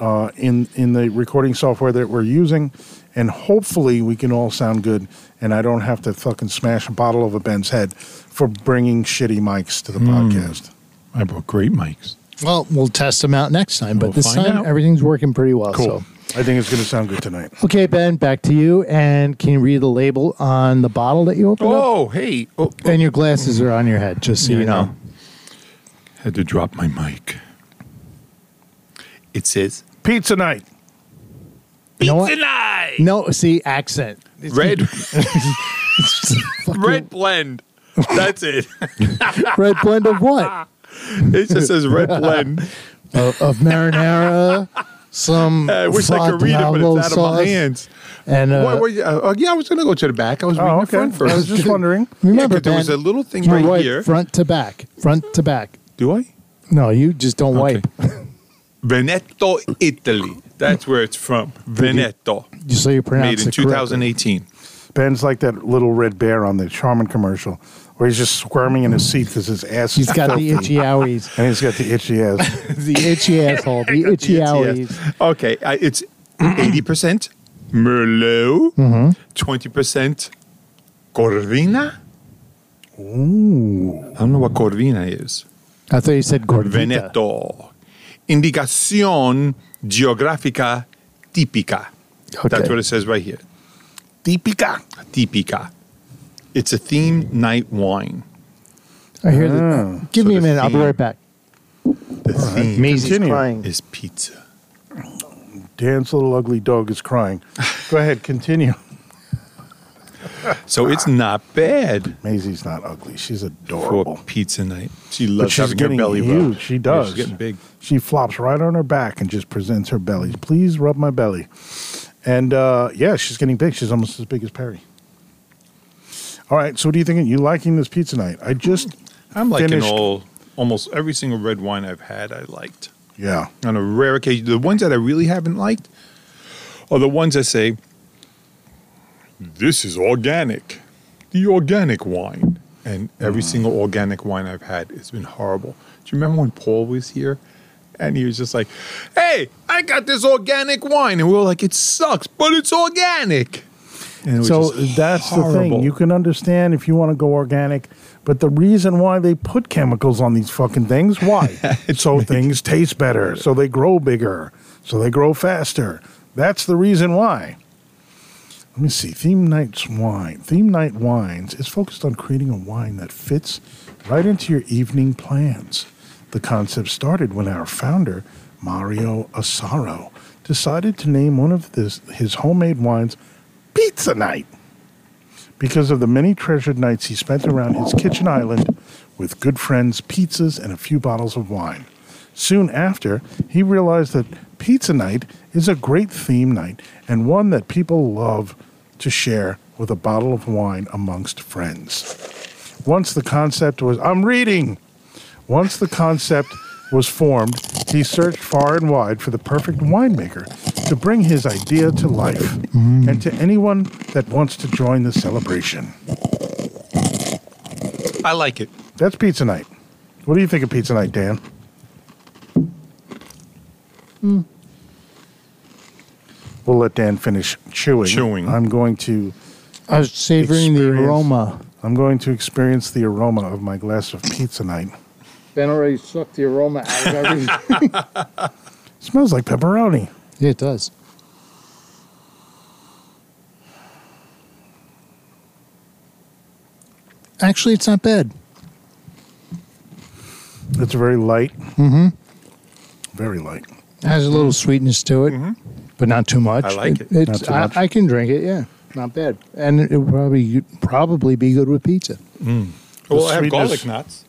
uh, in in the recording software that we're using, and hopefully we can all sound good. And I don't have to fucking smash a bottle over Ben's head for bringing shitty mics to the podcast.
I bought great mics.
Well, we'll test them out next time, but
We'll
this
find
time
out.
everything's working pretty well.
Cool.
So.
I think it's going to sound good tonight.
Okay, Ben, back to you. And can you read the label on the bottle that you opened up?
Oh, hey. Oh, oh.
And your glasses are on your head, just so
Yeah,
you
I
know.
know. Had to drop my mic. It says
Pizza night.
You know what?
night.
No, see, accent. It's-
(laughs) Red,
fucking-
red blend. That's (laughs) it.
red blend of what?
(laughs) It just says red blend.
of, of marinara, some
(laughs) I wish I could read it, but
fava
it's out of my
sauce,
hands.
And uh,
Why were you- uh, uh, yeah, I was going to go to the back. I was reading
Oh,
the
okay.
front first.
I was
(laughs)
just wondering.
remember,
Yeah, 'cause there was
Ben,
a little thing
you
right
wipe
here.
front to back, front to back.
Do I?
No, you just don't
Okay.
wipe.
Veneto, Italy. That's where it's from. Veneto.
Just so you pronounce
Made in
it correctly.
2018.
Ben's like that little red bear on the Charmin commercial. where he's just squirming in his seat because his ass
He's
is
got the
filthy.
itchy owies.
And he's got (laughs) the itchy ass.
(laughs)
The itchy asshole. The itchy
Yes.
E.
owies.
Okay, I, (clears throat) it's eighty percent Merlot,
Mm-hmm.
20 percent Corvina. Ooh, I don't know what Corvina is.
I thought you said Gordon.
Veneto, indicación geográfica típica. That's
Okay.
what it says right here. Típica, típica. It's a theme night wine.
I hear the. Give
So
me a
the
minute. I'll be
theme-
right back.
The theme
Maisie's
Continue.
crying.
is pizza.
Dan's little ugly dog is crying. Go ahead, continue.
So it's not bad
Maisie's not ugly. She's adorable.
for pizza night. She
But
loves
she's
having
getting
her belly
huge.
rubbed.
She
Yeah,
does.
she's getting big.
She flops right on her back and just presents her belly. Please rub my belly. And uh, yeah, she's getting big. She's almost as big as Perry. All right. So, what do you think? You liking this pizza night? I just,
I'm liking
Finished.
all almost every single red wine I've had. I liked.
yeah.
on a rare occasion. The ones that I really haven't liked are the ones that say, this is organic, the organic wine. And every
Mm.
single organic wine I've had has been horrible. Do you remember when Paul was here? And he was just like, hey, I got this organic wine. And we were like, it sucks, but it's organic. And it was
So
just
that's the
horrible.
thing. You can understand if you want to go organic, but the reason why they put chemicals on these fucking things,
(laughs)
why? so things taste better, so they grow bigger, so they grow faster. That's the reason why. Let me see. Theme Nights Wine. Theme Night Wines is focused on creating a wine that fits right into your evening plans. The concept started when our founder, Mario Asaro, decided to name one of this, his homemade wines Pizza Night because of the many treasured nights he spent around his kitchen island with good friends, pizzas, and a few bottles of wine. Soon after, he realized that pizza night is a great theme night and one that people love to share with a bottle of wine amongst friends. Once the concept was, I'm reading! Once the concept was formed, he searched far and wide for the perfect winemaker to bring his idea to life and to anyone that wants to join the celebration.
I like it.
That's pizza night. What do you think of pizza night, Dan? We'll let Dan finish chewing.
Chewing.
I'm going to
I was savoring the
Experience.
aroma.
I'm going to experience the aroma of my glass of pizza night.
Ben already sucked the aroma out of everything.
smells like pepperoni.
yeah, it does. Actually, it's not bad.
It's very light. Mm-hmm. Very light.
It has a little sweetness to it, but not too much.
Mm-hmm. I like it.
it's,
Not too
I,
much.
I can drink it. Yeah, not bad. And it would probably probably be good with pizza.
Well, I have
sweetness-
garlic knots.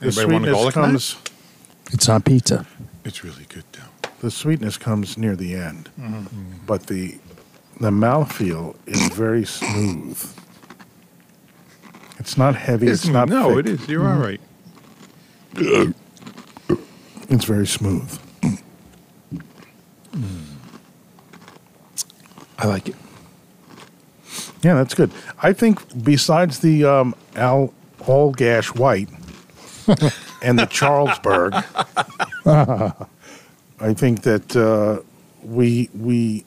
The
Anybody want a
sweetness
garlic knot?
comes.
It's not pizza.
It's really good, though. Mm-hmm.
The sweetness comes near the end, but the the mouthfeel is very smooth. It's not heavy. It's, not Mm-hmm.
no,
thick.
it is. You're all right.
It's very smooth.
I like it.
Yeah, that's good. I think besides the um, Al Allgash
(laughs)
White and the Charlesburg, I think that uh, we we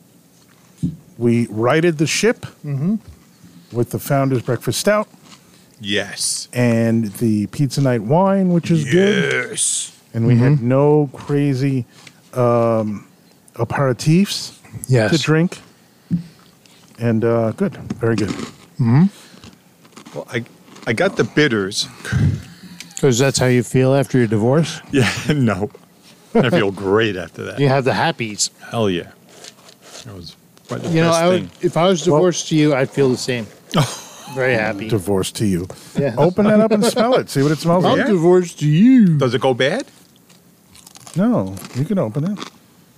we righted the ship
Mm-hmm.
with the Founders Breakfast Stout
Yes.
and the Pizza Night Wine, which is good.
Yes.
and we had no crazy um, aperitifs
Yes.
to drink. And uh, good, very good.
Well, I I got the bitters. (laughs)
Because that's how you feel after your divorce.
Yeah, no. I feel great after that.
You have the happies.
Hell yeah. That was quite the
You know,
best
I would,
thing.
if I was divorced to you, I'd feel the same.
Oh.
Very happy.
Divorce to you.
Yeah.
Open that up and smell it. See what it smells
I'm
like.
divorced to you.
Does it go bad?
No, you can open it.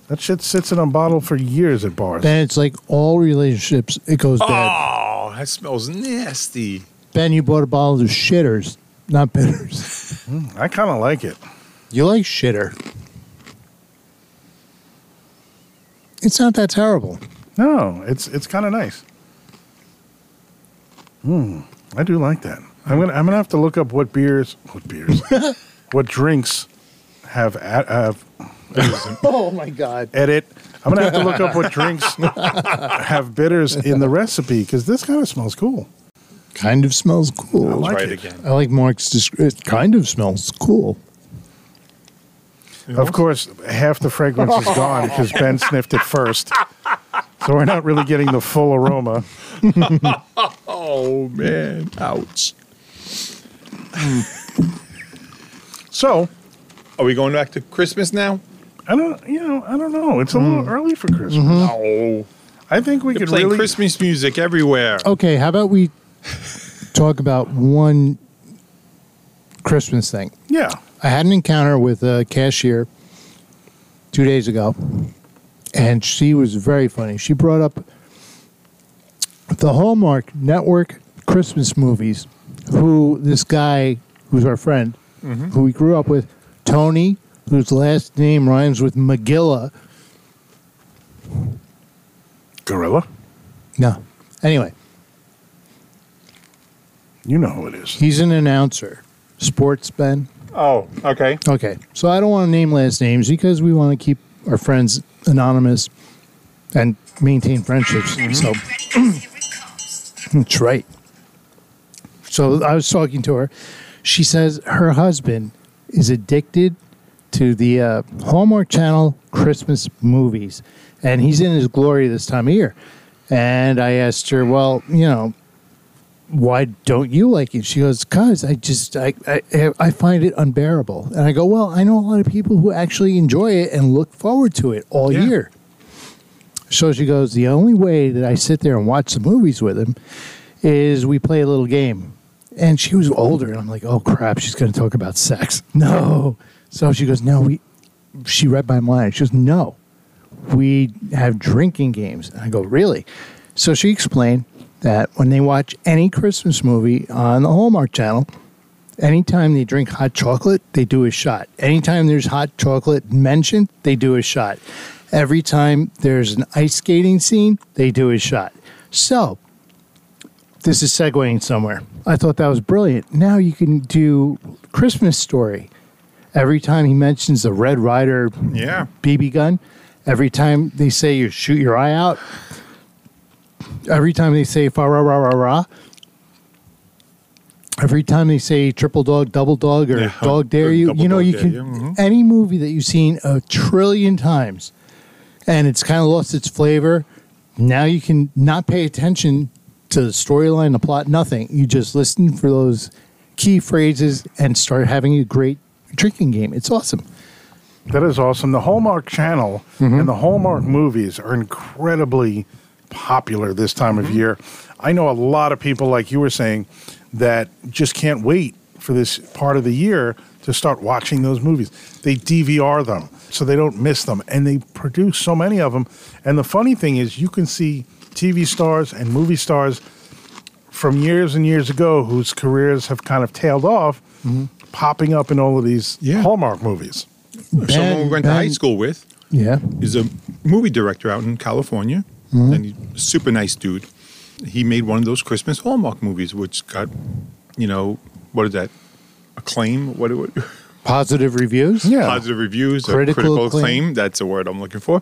That shit sits in a bottle for years at bars.
Ben, it's like all relationships, it goes bad.
Oh, that smells nasty.
Ben, you bought a bottle of shitters, not bitters.
I kind of like it.
You like shitter. It's not that terrible.
No, it's it's kind of nice. Hmm, I do like that. I'm gonna I'm gonna have to look up what beers, what beers, what drinks have at, have
(laughs) Oh my god.
edit. I'm gonna have to look up what drinks have bitters in the recipe because this kind of smells cool.
Kind of smells cool. I
like
Try it
it.
again.
I like Mark's. Descri- it kind of smells cool.
Of course, half the fragrance is gone because Ben sniffed it first, so we're not really getting the full aroma.
Oh man, ouch.
So
Are we going back to Christmas now?
I don't, you know, I don't know. It's a little early for Christmas.
No.
I think we
They're
could
Mm. Mm-hmm. Oh, playing
really.
Christmas music everywhere.
Okay, how about we talk about one Christmas thing?
Yeah.
I had an encounter with a cashier two days ago, and she was very funny. She brought up the Hallmark Network Christmas movies. Who this guy, who's our friend, who we grew up with, Tony, whose last name rhymes with Magilla.
Gorilla.
No. Anyway,
You know who it is.
he's an announcer, sports Ben.
Oh, okay.
Okay, so I don't want to name last names because we want to keep our friends anonymous and maintain friendships. So (clears throat) that's right. So I was talking to her. She says her husband is addicted to the uh, Hallmark Channel Christmas movies, and he's in his glory this time of year. And I asked her, well, you know, why don't you like it? She goes, cause I just I, I I find it unbearable. And I go, well, I know a lot of people who actually enjoy it and look forward to it all
Yeah.
year. So she goes, the only way that I sit there and watch the movies with him is we play a little game. And she was older, and I'm like, oh crap, she's going to talk about sex. (laughs) No. So she goes, no, we. She read my mind. She goes, no, we have drinking games. And I go, really? So she explained that when they watch any Christmas movie on the Hallmark Channel, anytime they drink hot chocolate, they do a shot. Anytime there's hot chocolate mentioned, they do a shot. Every time there's an ice skating scene, they do a shot. So this is segueing somewhere. I thought that was brilliant. Now you can do Christmas story. Every time he mentions the Red Rider
Yeah.
BB gun. Every time they say you shoot your eye out. Every time they say fa ra ra ra ra. Every time they say triple dog, double dog, or
Yeah,
(laughs) dog dare
or
you,
double
you know
dog
you
dare
can
you, mhm.
any movie that you've seen a trillion times, and it's kind of lost its flavor. Now you can not pay attention to the storyline, the plot, nothing. You just listen for those key phrases and start having a great drinking game. It's awesome.
That is awesome. The Hallmark Channel and the Hallmark movies are incredibly popular this time of year. I know a lot of people, like you were saying, that just can't wait for this part of the year to start watching those movies. They DVR them so they don't miss them, and they produce so many of them. And the funny thing is, you can see TV stars and movie stars from years and years ago whose careers have kind of tailed off popping up in all of these
Yeah.
Hallmark movies.
Someone we went to high
Ben-
school with.
Yeah.
He's a movie director out in California, and he's a super nice dude. He made one of those Christmas Hallmark movies, which got, you know, what is that? Acclaim? What? what
Positive reviews?
Yeah.
Positive reviews, or
Critical
critical,
acclaim.
acclaim. That's the word I'm looking for.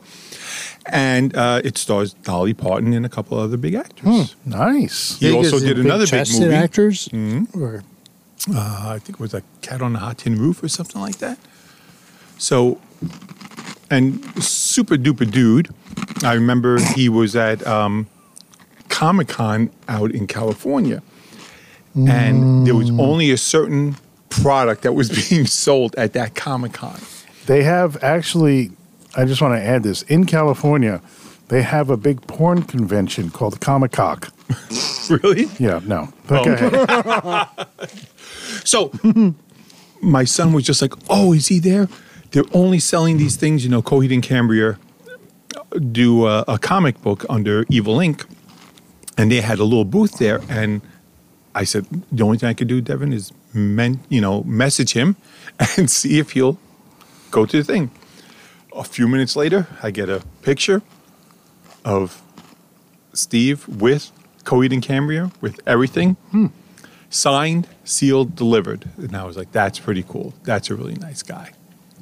And uh, it stars Dolly Parton and a couple other big actors.
Nice.
He
Big
also
as in
did another big
chested
movie.
actors?
Mm-hmm.
Or
uh, I think it was a cat on a hot tin roof or something like that. So, and super duper dude. I remember he was at um, Comic Con out in California, and there was only a certain product that was (laughs) being sold at that Comic Con.
They have actually, I just want to add this in California, they have a big porn convention called Comic Cock.
Really?
Yeah, no.
Oh.
Okay.
So (laughs) my son was just like, "Oh, is he there? They're only selling these things, you know. Coheed and Cambria do a, a comic book under Evil Inc., and they had a little booth there. And I said, the only thing I could do, Devin, is men, you know, message him (laughs) and see if he'll go to the thing. A few minutes later, I get a picture of Steve with Coheed and Cambria with everything. signed, sealed, delivered. And I was like, that's pretty cool. That's a really nice guy.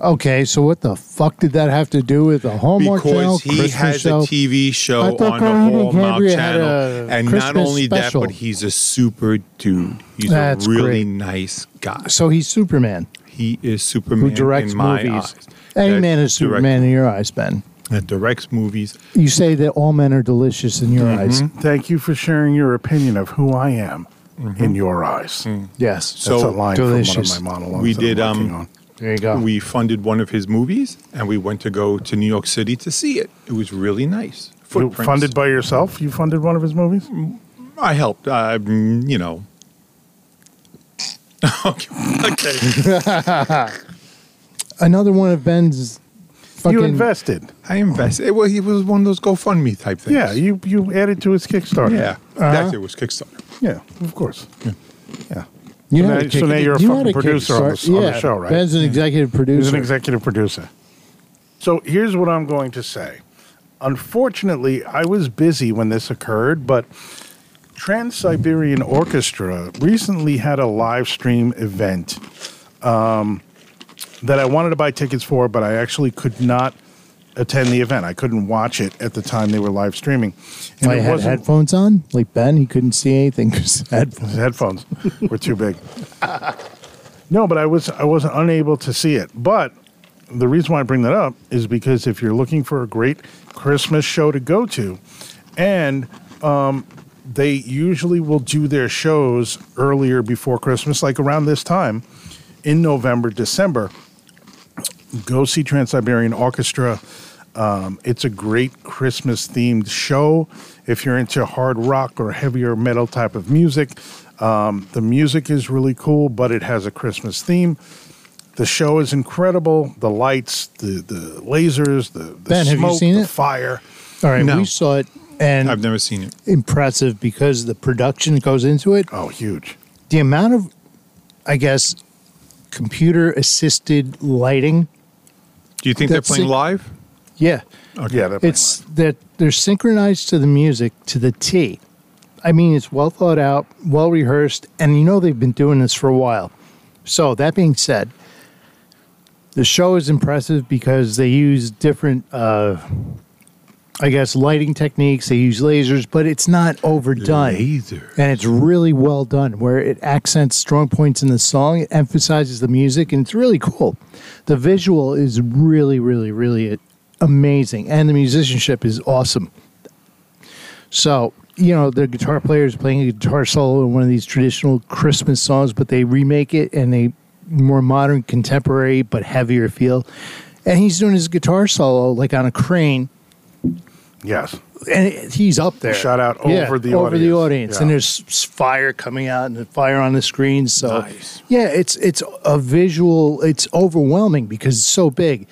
Okay, so what the fuck did that have to do with the Hallmark Channel
because he
Christmas
has
show?
a TV show
I
on the
thought Carlene and
Hallmark
Cambria had
Channel,
a
and not
Christmas
only
special.
that, but he's a super dude. He's
That's
a really
great.
nice guy.
so he's Superman
He is Superman
who directs
in my
movies.
eyes.
Any
That
man is
direct-
Superman in your eyes, Ben.
That directs movies.
You say that all men are delicious in your eyes.
Thank you for sharing your opinion of who I am in your eyes.
Yes.
That's
Mm-hmm. Mm.
a
So
line
delicious.
from one of my monologues.
We
that I'm
did, um,
working on.
there you
Mm.
go.
We funded one of his movies, and we went to go to New York City to see it. It was really nice.
You
Footprints.
funded by yourself. You funded one of his movies.
I helped. Uh, mm, you know. okay. okay.
Another one of Ben's fucking.
You invested.
I invested. Well, he was one of those GoFundMe type things.
Yeah, you you added to his Kickstarter.
Yeah, that's it. Was Kickstarter.
yeah, of course. Yeah,
You
So
had
now-
a kick-
so now you're a
you
fucking
had
producer on the s-
Kickstarter-
on the show, right?
Ben's an executive producer.
he's an executive producer. So here's what I'm going to say. Unfortunately, I was busy when this occurred, but Trans Siberian Orchestra recently had a live stream event um, that I wanted to buy tickets for, but I actually could not attend the event. I couldn't watch it at the time they were live streaming. And
I
it
had
wasn't-
headphones on, like Ben. He couldn't see anything because headphones.
His headphones were too big. No, but I was I was unable to see it. But the reason why I bring that up is because if you're looking for a great Christmas show to go to, and um, they usually will do their shows earlier before Christmas, like around this time in November, December. Go see Trans Siberian Orchestra. Um, it's a great Christmas themed show. If you're into hard rock or heavier metal type of music, um, the music is really cool, but it has a Christmas theme. The show is incredible. The lights, the the lasers, the, the
Ben, have you
smoke,
seen
the
it?
fire.
All right,
No.
we saw it, and
I've never seen it.
impressive because the production goes into it.
Oh, huge.
The amount of, I guess, computer assisted lighting.
Do you think
That's
they're playing
it.
live?
Yeah,
Yeah, that
it's that they're synchronized to the music to the T. I mean, it's well thought out, well rehearsed, and you know they've been doing this for a while. So that being said, the show is impressive because they use different, uh, I guess, lighting techniques. They use lasers, but it's not overdone.
Laser.
and it's really well done where it accents strong points in the song it emphasizes the music and it's really cool the visual is really really really amazing and the musicianship is awesome so you know the guitar player is playing a guitar solo in one of these traditional christmas songs but they remake it and they more modern contemporary but heavier feel and he's doing his guitar solo like on a crane
yes.
and it- he's up there.
Shout out over the
over
audience.
the audience,
Yeah.
and there's s- fire coming out and the fire on the screen. So
Nice.
yeah, it's it's a visual. It's overwhelming because it's so big.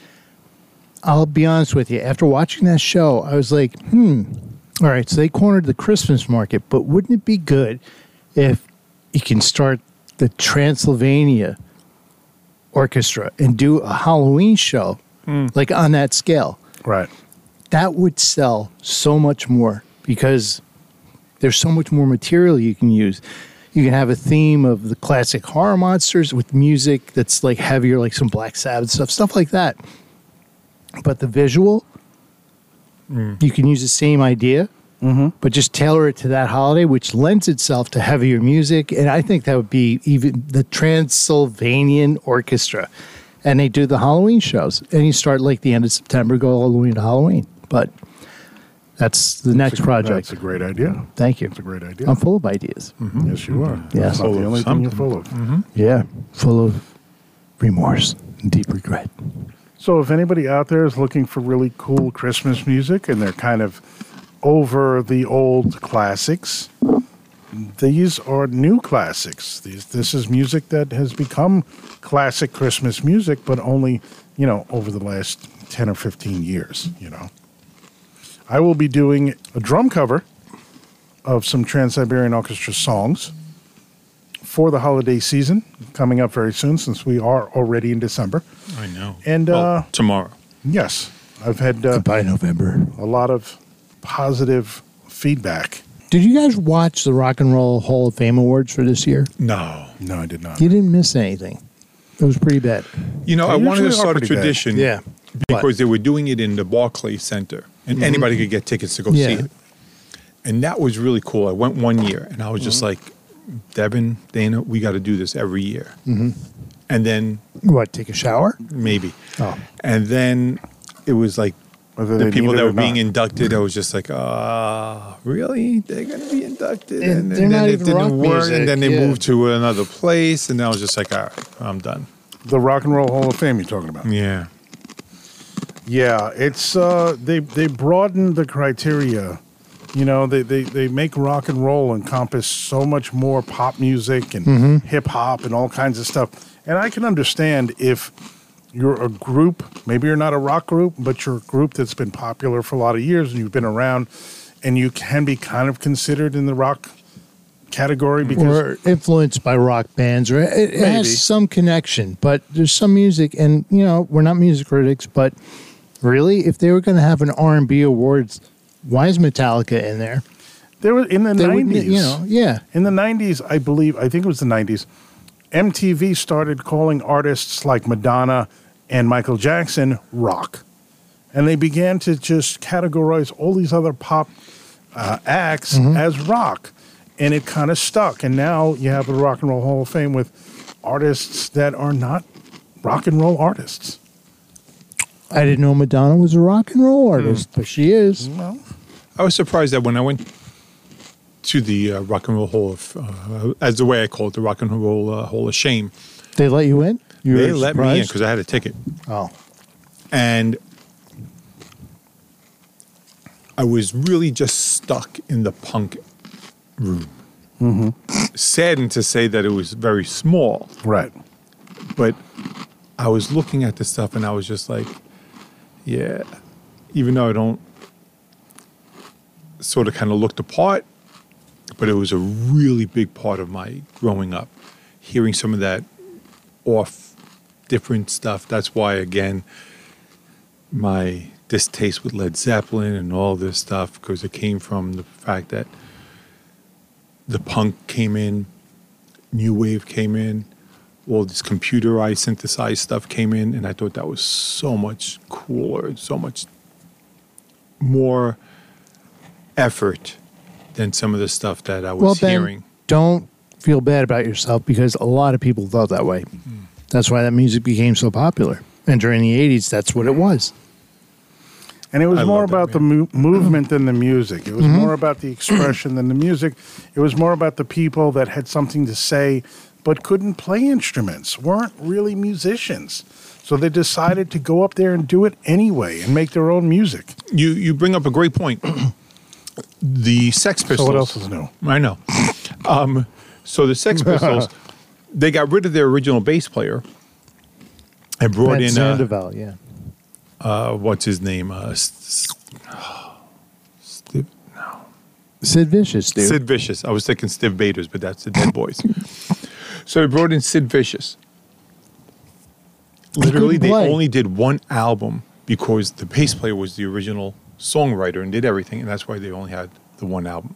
I'll be honest with you. After watching that show, I was like, hmm. All right, so they cornered the Christmas market, but wouldn't it be good if you can start the Transylvania orchestra and do a Halloween show
Hmm.
like on that scale?
Right.
that would sell so much more because there's so much more material you can use. You can have a theme of the classic horror monsters with music that's like heavier, like some Black Sabbath stuff, stuff like that. But the visual, you can use the same idea, but just tailor it to that holiday, which lends itself to heavier music. And I think that would be even the Transylvanian Orchestra. And they do the Halloween shows. And you start like the end of September, go all the way to Halloween. But that's the next project.
That's a great idea.
Thank you.
That's a great idea.
I'm full of ideas.
Yes, you are.
Yeah.
That's not
Mm-hmm. Full
the
of
only thing you're
something.
full
Mm-hmm.
of.
Yeah. Full of remorse and deep regret.
So, if anybody out there is looking for really cool Christmas music and they're kind of over the old classics, these are new classics. These, this is music that has become classic Christmas music, but only, you know, over the last 10 or 15 years, you know. I will be doing a drum cover of some Trans Siberian Orchestra songs for the holiday season coming up very soon, since we are already in December.
I know.
And, uh,
tomorrow.
Yes, I've had uh,
By November.
a lot of positive feedback
Did you guys watch the Rock and Roll Hall of Fame Awards for this year?
No.
No, I did not.
You didn't miss anything. It was pretty bad.
You know,
They
I wanted
usually
to
are
start a
pretty good.
tradition
Yeah.
because they were doing it in the Barclay Center and anybody could get tickets to go see
Yeah.
it. And that was really cool. I went one year and I was just like, Devin, Dana, we got to do this every year. And then
What? Take a shower?
maybe.
Oh.
And then it was like
Whether
the
they
people
need it
that
or
were being
not.
inducted, I was just like, ah, really? They're going to be inducted?
And
And,
they're
then
not
it
even
didn't
rock
work.
music,
And then they
yeah.
moved to another place. And I was just like, all right, I'm done.
The Rock and Roll Hall of Fame you're talking about.
Yeah.
Yeah, it's uh, they they broaden the criteria. You know, they, they, they make rock and roll encompass so much more pop music and
Mm-hmm.
hip hop and all kinds of stuff. And I can understand if you're a group, maybe you're not a rock group, but you're a group that's been popular for a lot of years and you've been around and you can be kind of considered in the rock category because
Or influenced by rock bands, or it, it
Maybe.
has some connection. But there's some music, and you know, we're not music critics, but really, if they were going to have an R&B awards, why is Metallica in there?
there was in the
They would,
90s.
you know, yeah.
In the 90s, I believe, I think it was the 90s, MTV started calling artists like Madonna and Michael Jackson rock. And they began to just categorize all these other pop uh, acts as rock. And it kind of stuck. And now you have the Rock and Roll Hall of Fame with artists that are not rock and roll artists.
I didn't know Madonna was a rock and roll artist,
Hmm.
but she is.
Well,
I was surprised that when I went to the uh, Rock and Roll Hall of, uh, as the way I call it, the Rock and Roll uh, Hall of Shame,
They let you in. You
they
were
let me in
surprised?
because I had a ticket.
Oh,
And I was really just stuck in the punk room.
Mm-hmm.
Saddened to say that it was very small,
right.
but I was looking at this stuff and I was just like, yeah, even though I don't sort of kind of look the part, but it was a really big part of my growing up, hearing some of that off different stuff. That's why, again, my distaste with Led Zeppelin and all this stuff, because it came from the fact that the punk came in, new wave came in, all this computerized synthesized stuff came in, and I thought that was so much cooler and so much more effort than some of the stuff that I was
well, Ben,
hearing.
don't feel bad about yourself because a lot of people felt that way.
Hmm.
That's why that music became so popular. And during the '80s, that's what it was.
And it was
I
more
love that
about the mo-
(clears throat)
movement than the music. It was
Mm-hmm.
more about the expression than the music. It was more about the people that had something to say but couldn't play instruments, weren't really musicians. So they decided to go up there and do it anyway and make their own music.
you you bring up a great point. (clears throat) the Sex Pistols.
else is new?
I know. (laughs) um, so
(laughs)
the Sex Pistols, they got rid of their original bass player and brought
Ben
in uh,
Sandoval, yeah.
uh, what's his name? Uh, S- S- Stiv-
Sid Vicious, dude.
Sid Vicious. I was thinking Stiv Baders, but that's the Dead Boys. (laughs) so they brought in Sid Vicious.
couldn't
Literally, they
play.
only did one album because the bass player was the original songwriter and did everything, and that's why they only had the one album.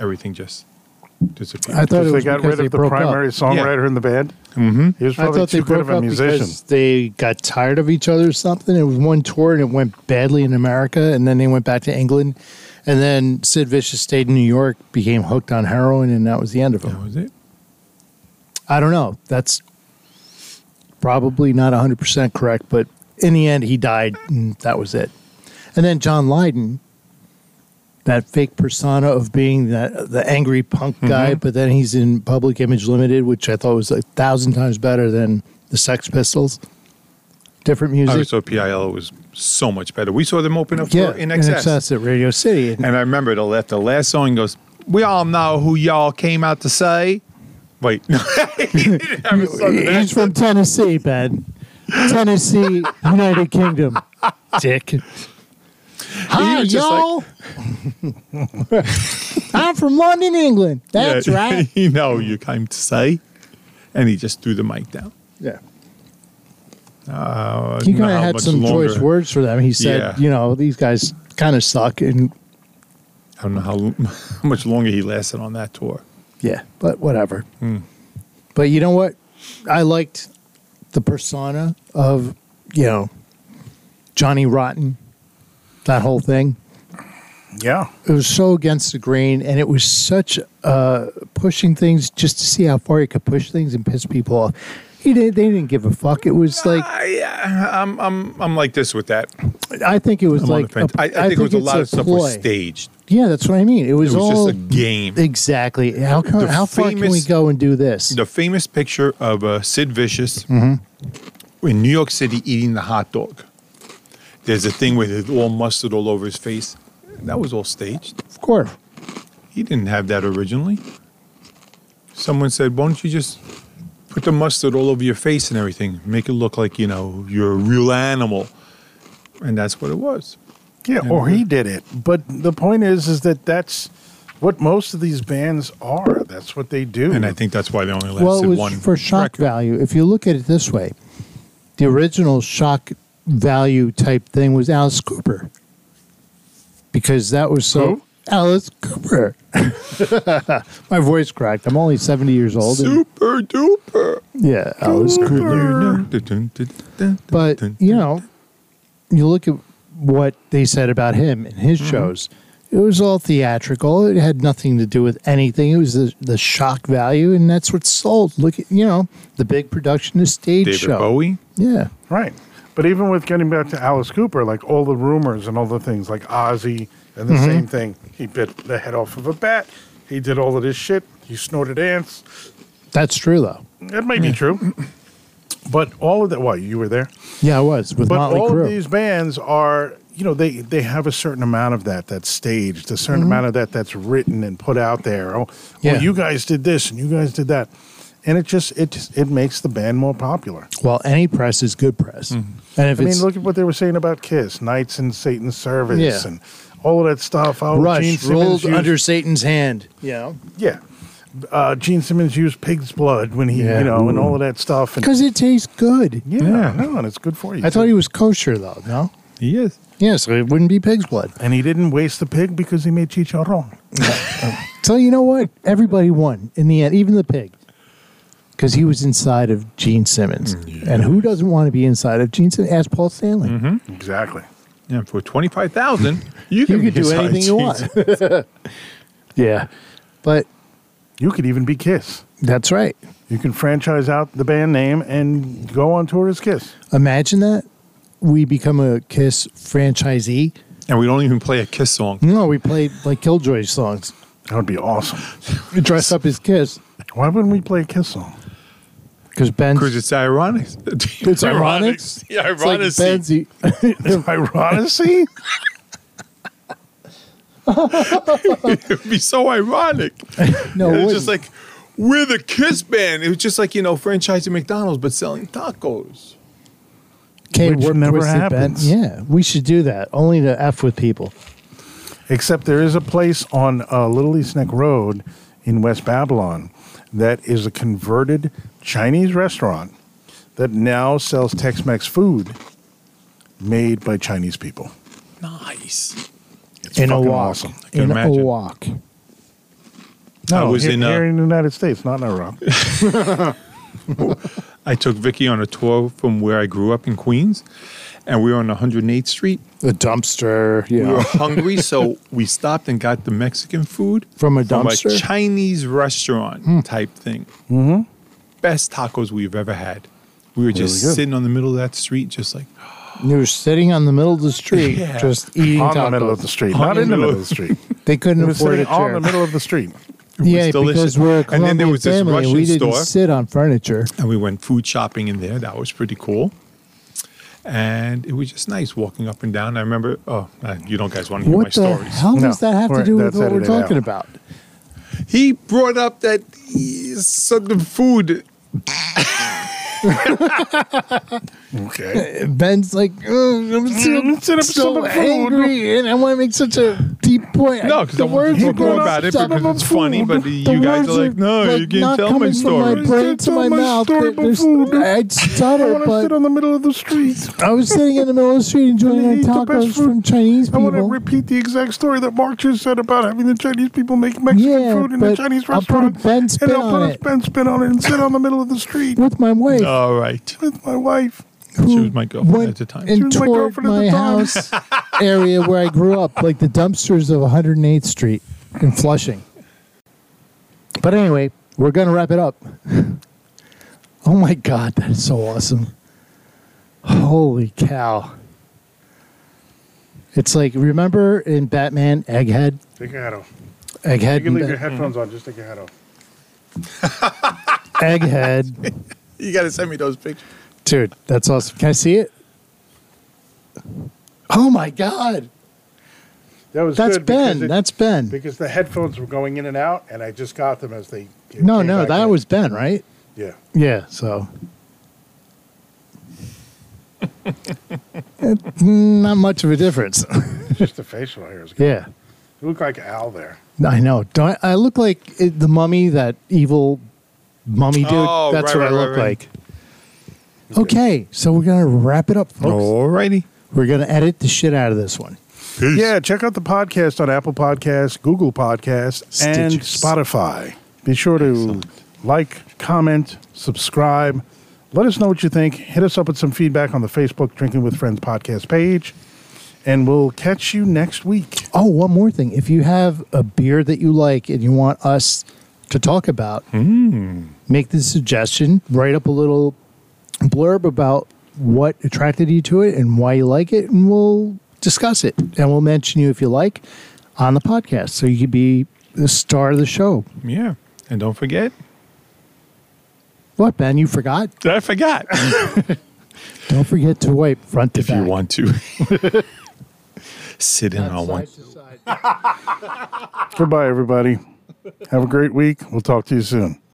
Everything just disappeared.
I
Because
thought it
they
was
got
because
rid
they
of the
broke up.
primary songwriter in the band. Mm-hmm. He was
I
probably
thought they
too good of
broke
a
up
musician.
because they got tired of each other or something. It was one tour and it went badly in America, and then they went back to England, and then Sid Vicious stayed in New York, became hooked on heroin, and that was the end of him.
that was Oh, it.
I don't know. That's probably not 100% correct, but in the end, he died, and that was it. And then John Lydon, that fake persona of being that the angry punk
Mm-hmm.
guy, but then he's in Public Image Limited, which I thought was a thousand times better than the Sex Pistols. Different music.
I thought PIL was so much better. We saw them open up
yeah,
for In Excess.
at Radio City. And
And I remember the left, the last song goes, "We all know who y'all came out to say." Wait, (laughs)
he's from Tennessee, Ben. Tennessee, United Kingdom. Dick. Hi,
was just
y'all. I'm from London, England. That's
Yeah, (laughs)
right.
you know, you came to say, and he just threw the mic down.
Yeah.
Uh,
He
not
kind of
how
had
much
some
longer.
choice words for them. He said,
Yeah.
you know, these guys kind of suck. And
I don't know how, (laughs) how much longer he lasted on that tour.
Yeah, but whatever.
Hmm.
But you know what? I liked the persona of, you know, Johnny Rotten, that whole thing.
Yeah.
It was so against the grain and it was such uh, pushing things just to see how far he could push things and piss people off. He did, they didn't give a fuck. It was like,
I, uh, I'm, I'm, I'm like this with that.
I think it was
I'm on the
like,
fence.
a-
I, I, think, it was a
it's
lot of stuff
ploy.
was staged.
Yeah, that's what I mean. It
It
was,
was
all
just a game.
exactly. How, co-
The
how far can we
famous-
go and do this?
the famous picture of uh, Sid Vicious
Mm-hmm.
in New York City eating the hot dog. There's a thing with it all mustard all over his face. That was all staged.
of course.
He didn't have that originally. Someone said, "Why don't you just put the mustard all over your face and everything, make it look like you know you're a real animal," and that's what it was.
Yeah, or
Mm-hmm.
he did it. But the point is, is that that's what most of these bands are. That's what they do.
And I think that's why they only lasted
Well, it was
one.
for shock value. If you look at it this way, the original shock value type thing was Alice Cooper, because that was so. Alice Cooper. (laughs) My voice cracked. I'm only 70 years old. and-
Super duper.
yeah, Alice Cooper. But you know, you look at what they said about him and
Mm-hmm.
his shows. It was all theatrical. It had nothing to do with anything. It was the, the shock value, and that's what sold. Look at you know the big production is stage
David
show.
Bowie.
Yeah,
Right. But even with getting back to Alice Cooper, like all the rumors and all the things, like Ozzy and
Mm-hmm.
the same thing, he bit the head off of a bat. He did all of this shit. He snorted ants.
that's true though.
That may be true. But all of that, why you were there?
Yeah, it was with
But
Motley
all
Crue.
of these bands are, you know, they they have a certain amount of that that's staged, a certain amount of that that's written and put out there. Oh,
Mm-hmm. Yeah.
oh, you guys did this and you guys did that, and it just it just- it makes the band more popular.
well, any press is good press, and if
Mm-hmm. I
it's
mean, look at what they were saying about Kiss, Knights in Satan's Service,
Yeah.
and all of that stuff. Oh, Gene
Rush
Simmons
rolled
used-
under Satan's hand. Yeah,
yeah. Uh, Gene Simmons used pig's blood when he,
Yeah.
you know, and all of that stuff. And
because it tastes good.
yeah,
Yeah.
no, and it's good for you.
I thought
too.
he was kosher though. No,
He is.
yeah, so it wouldn't be pig's blood.
and he didn't waste the pig because he made chicharron.
So you know what? Everybody won in the end, even the pig, because he was inside of Gene Simmons.
Mm,
And who doesn't want to be inside of Gene Simmons? Ask Paul Stanley.
Mm-hmm. Exactly.
Yeah, for twenty five
(laughs)
thousand, you
You
can,
could
be
do
inside
anything you want.
Jesus.
yeah, but
You could even be Kiss.
that's right.
You can franchise out the band name and go on tour as Kiss.
Imagine that we become a Kiss franchisee.
And we don't even play a Kiss song.
No, we play like Killjoy songs.
That would be awesome.
We dress up as Kiss
Why wouldn't we play a Kiss (laughs) song?
because Ben's.
Because it's (laughs) ironic.
It's ironic.
Yeah,
It's like
ironic.
Ben's- he-
Ironicity?
It'd (laughs) be
(laughs)
so ironic.
e-, no, it
it's
wouldn't.
just like we're the Kiss band. It was just like you know franchising McDonald's but selling tacos.
Okay,
Which
we're
never
Twisted
happens.
Ben. Yeah, we should do that only to f with people.
Except there is a place on uh, Little East Neck Road in West Babylon that is a converted Chinese restaurant that now sells Tex Mex food made by Chinese people.
Nice.
It's
in a
fucking
walk.
awesome.
can
In a
imagine.
walk.
No,
I was
here,
in, uh,
here in the United States, not in
(laughs)
Iraq.
I took Vicky on a tour from where I grew up in Queens, and we were on 108th Street.
A dumpster.
We
(laughs)
were hungry, so we stopped and got the Mexican food
From a
from
dumpster? Hmm.
a Chinese restaurant type thing. Mm-hmm. Best tacos we've ever had. We were just
Really good.
sitting on the middle of that street, just like
You were sitting on the middle of the street,
Yeah.
just eating
on
tacos.
the middle of the street,
On
not
the
in the
middle
middle of the street.
(laughs)
They couldn't
It was
afford a
sitting
chair.
on the middle of the street.
yeah,
delicious.
because we're a
And then there
Colombian
was this
family, and we
Russian
didn't
store.
sit on furniture.
and we went food shopping in there. That was pretty cool. And it was just nice walking up and down. I remember, oh, uh, you don't guys want to hear my
What the
stories.
hell does
No,
that have to
we're-
do with
that's
what we're
edited out.
talking about?
He brought up that eh, sudden food.
Okay.
Ben's like, "Ugh, I'm so, (laughs)
Mm, sit up some
so
Mm,
food."
angry, and I want to make such a keep playing.
No, because
The
I want
words
to
are
talk more
going
about it
some of
because it's
them-
funny, but you
the
guys are
words
like, no, you can't
not
tell my
coming from
story.
My brain
can't
to
tell
my
my
mouth.
story
There- there's-
before the-
I'd
(laughs)
stutter,
want to sit
but
on the middle of the street.
I was sitting in the middle of the street enjoying
and
our
eat the best
tacos
food.
from Chinese
I want to
people.
repeat the exact story that Mark just said about having the Chinese people make Mexican
Yeah,
food in
but
the Chinese
I'll put a
restaurant.
Ben spin
and I'll
on
put
it.
a Ben spin on it and sit on the middle of the street
with my wife.
All right.
with my wife.
She
who
was my girlfriend
went
at the time.
She
And
was my
toured
girlfriend at
my
the time. (laughs)
house area where I grew up, like the dumpsters of 108th Street in Flushing. But anyway, we're going to wrap it up. (laughs) Oh my God, that is so awesome. Holy cow. It's like, remember in Batman, Egghead?
Take your hat off.
Egghead, and uh, Ba-
headphones on. Just take your hat off.
Egghead.
You got to send me those pictures.
Dude, that's awesome. Can I see it? Oh my God.
That was
That's Ben. That's Ben.
because the headphones were going in and out, and I just got them as they.
No, no, that was Ben, right?
yeah.
Yeah,
(laughs)
so. Eh, Not much of a difference. (laughs)
Just the facial hairs.
yeah,
You look like Al there.
I know. Don't I look like it, the mummy, that evil mummy dude?
Oh,
That's
right,
what
right,
I
right,
look like.
right.
Okay, so we're gonna wrap it up, folks.
All righty.
We're gonna edit the shit out of this one.
Yeah, check out the podcast on Apple Podcasts, Google Podcasts, and
Stitches.
Spotify. Be sure to like, comment, subscribe. Let us know what you think. Hit us up with some feedback on the Facebook Drinking with Friends podcast page. And we'll catch you next week.
Oh, one more thing. If you have a beer that you like and you want us to talk about, make the suggestion, write up a little blurb about what attracted you to it and why you like it, and we'll discuss it. And we'll mention you if you like on the podcast. So you could be the star of the show.
Yeah. And don't forget.
What, Ben? You forgot?
I
(laughs)
forgot.
Don't forget to wipe front to
if you
back.
want to (laughs) sit in
Not
on one.
side to side.
Goodbye, everybody. Have a great week. We'll talk to you soon.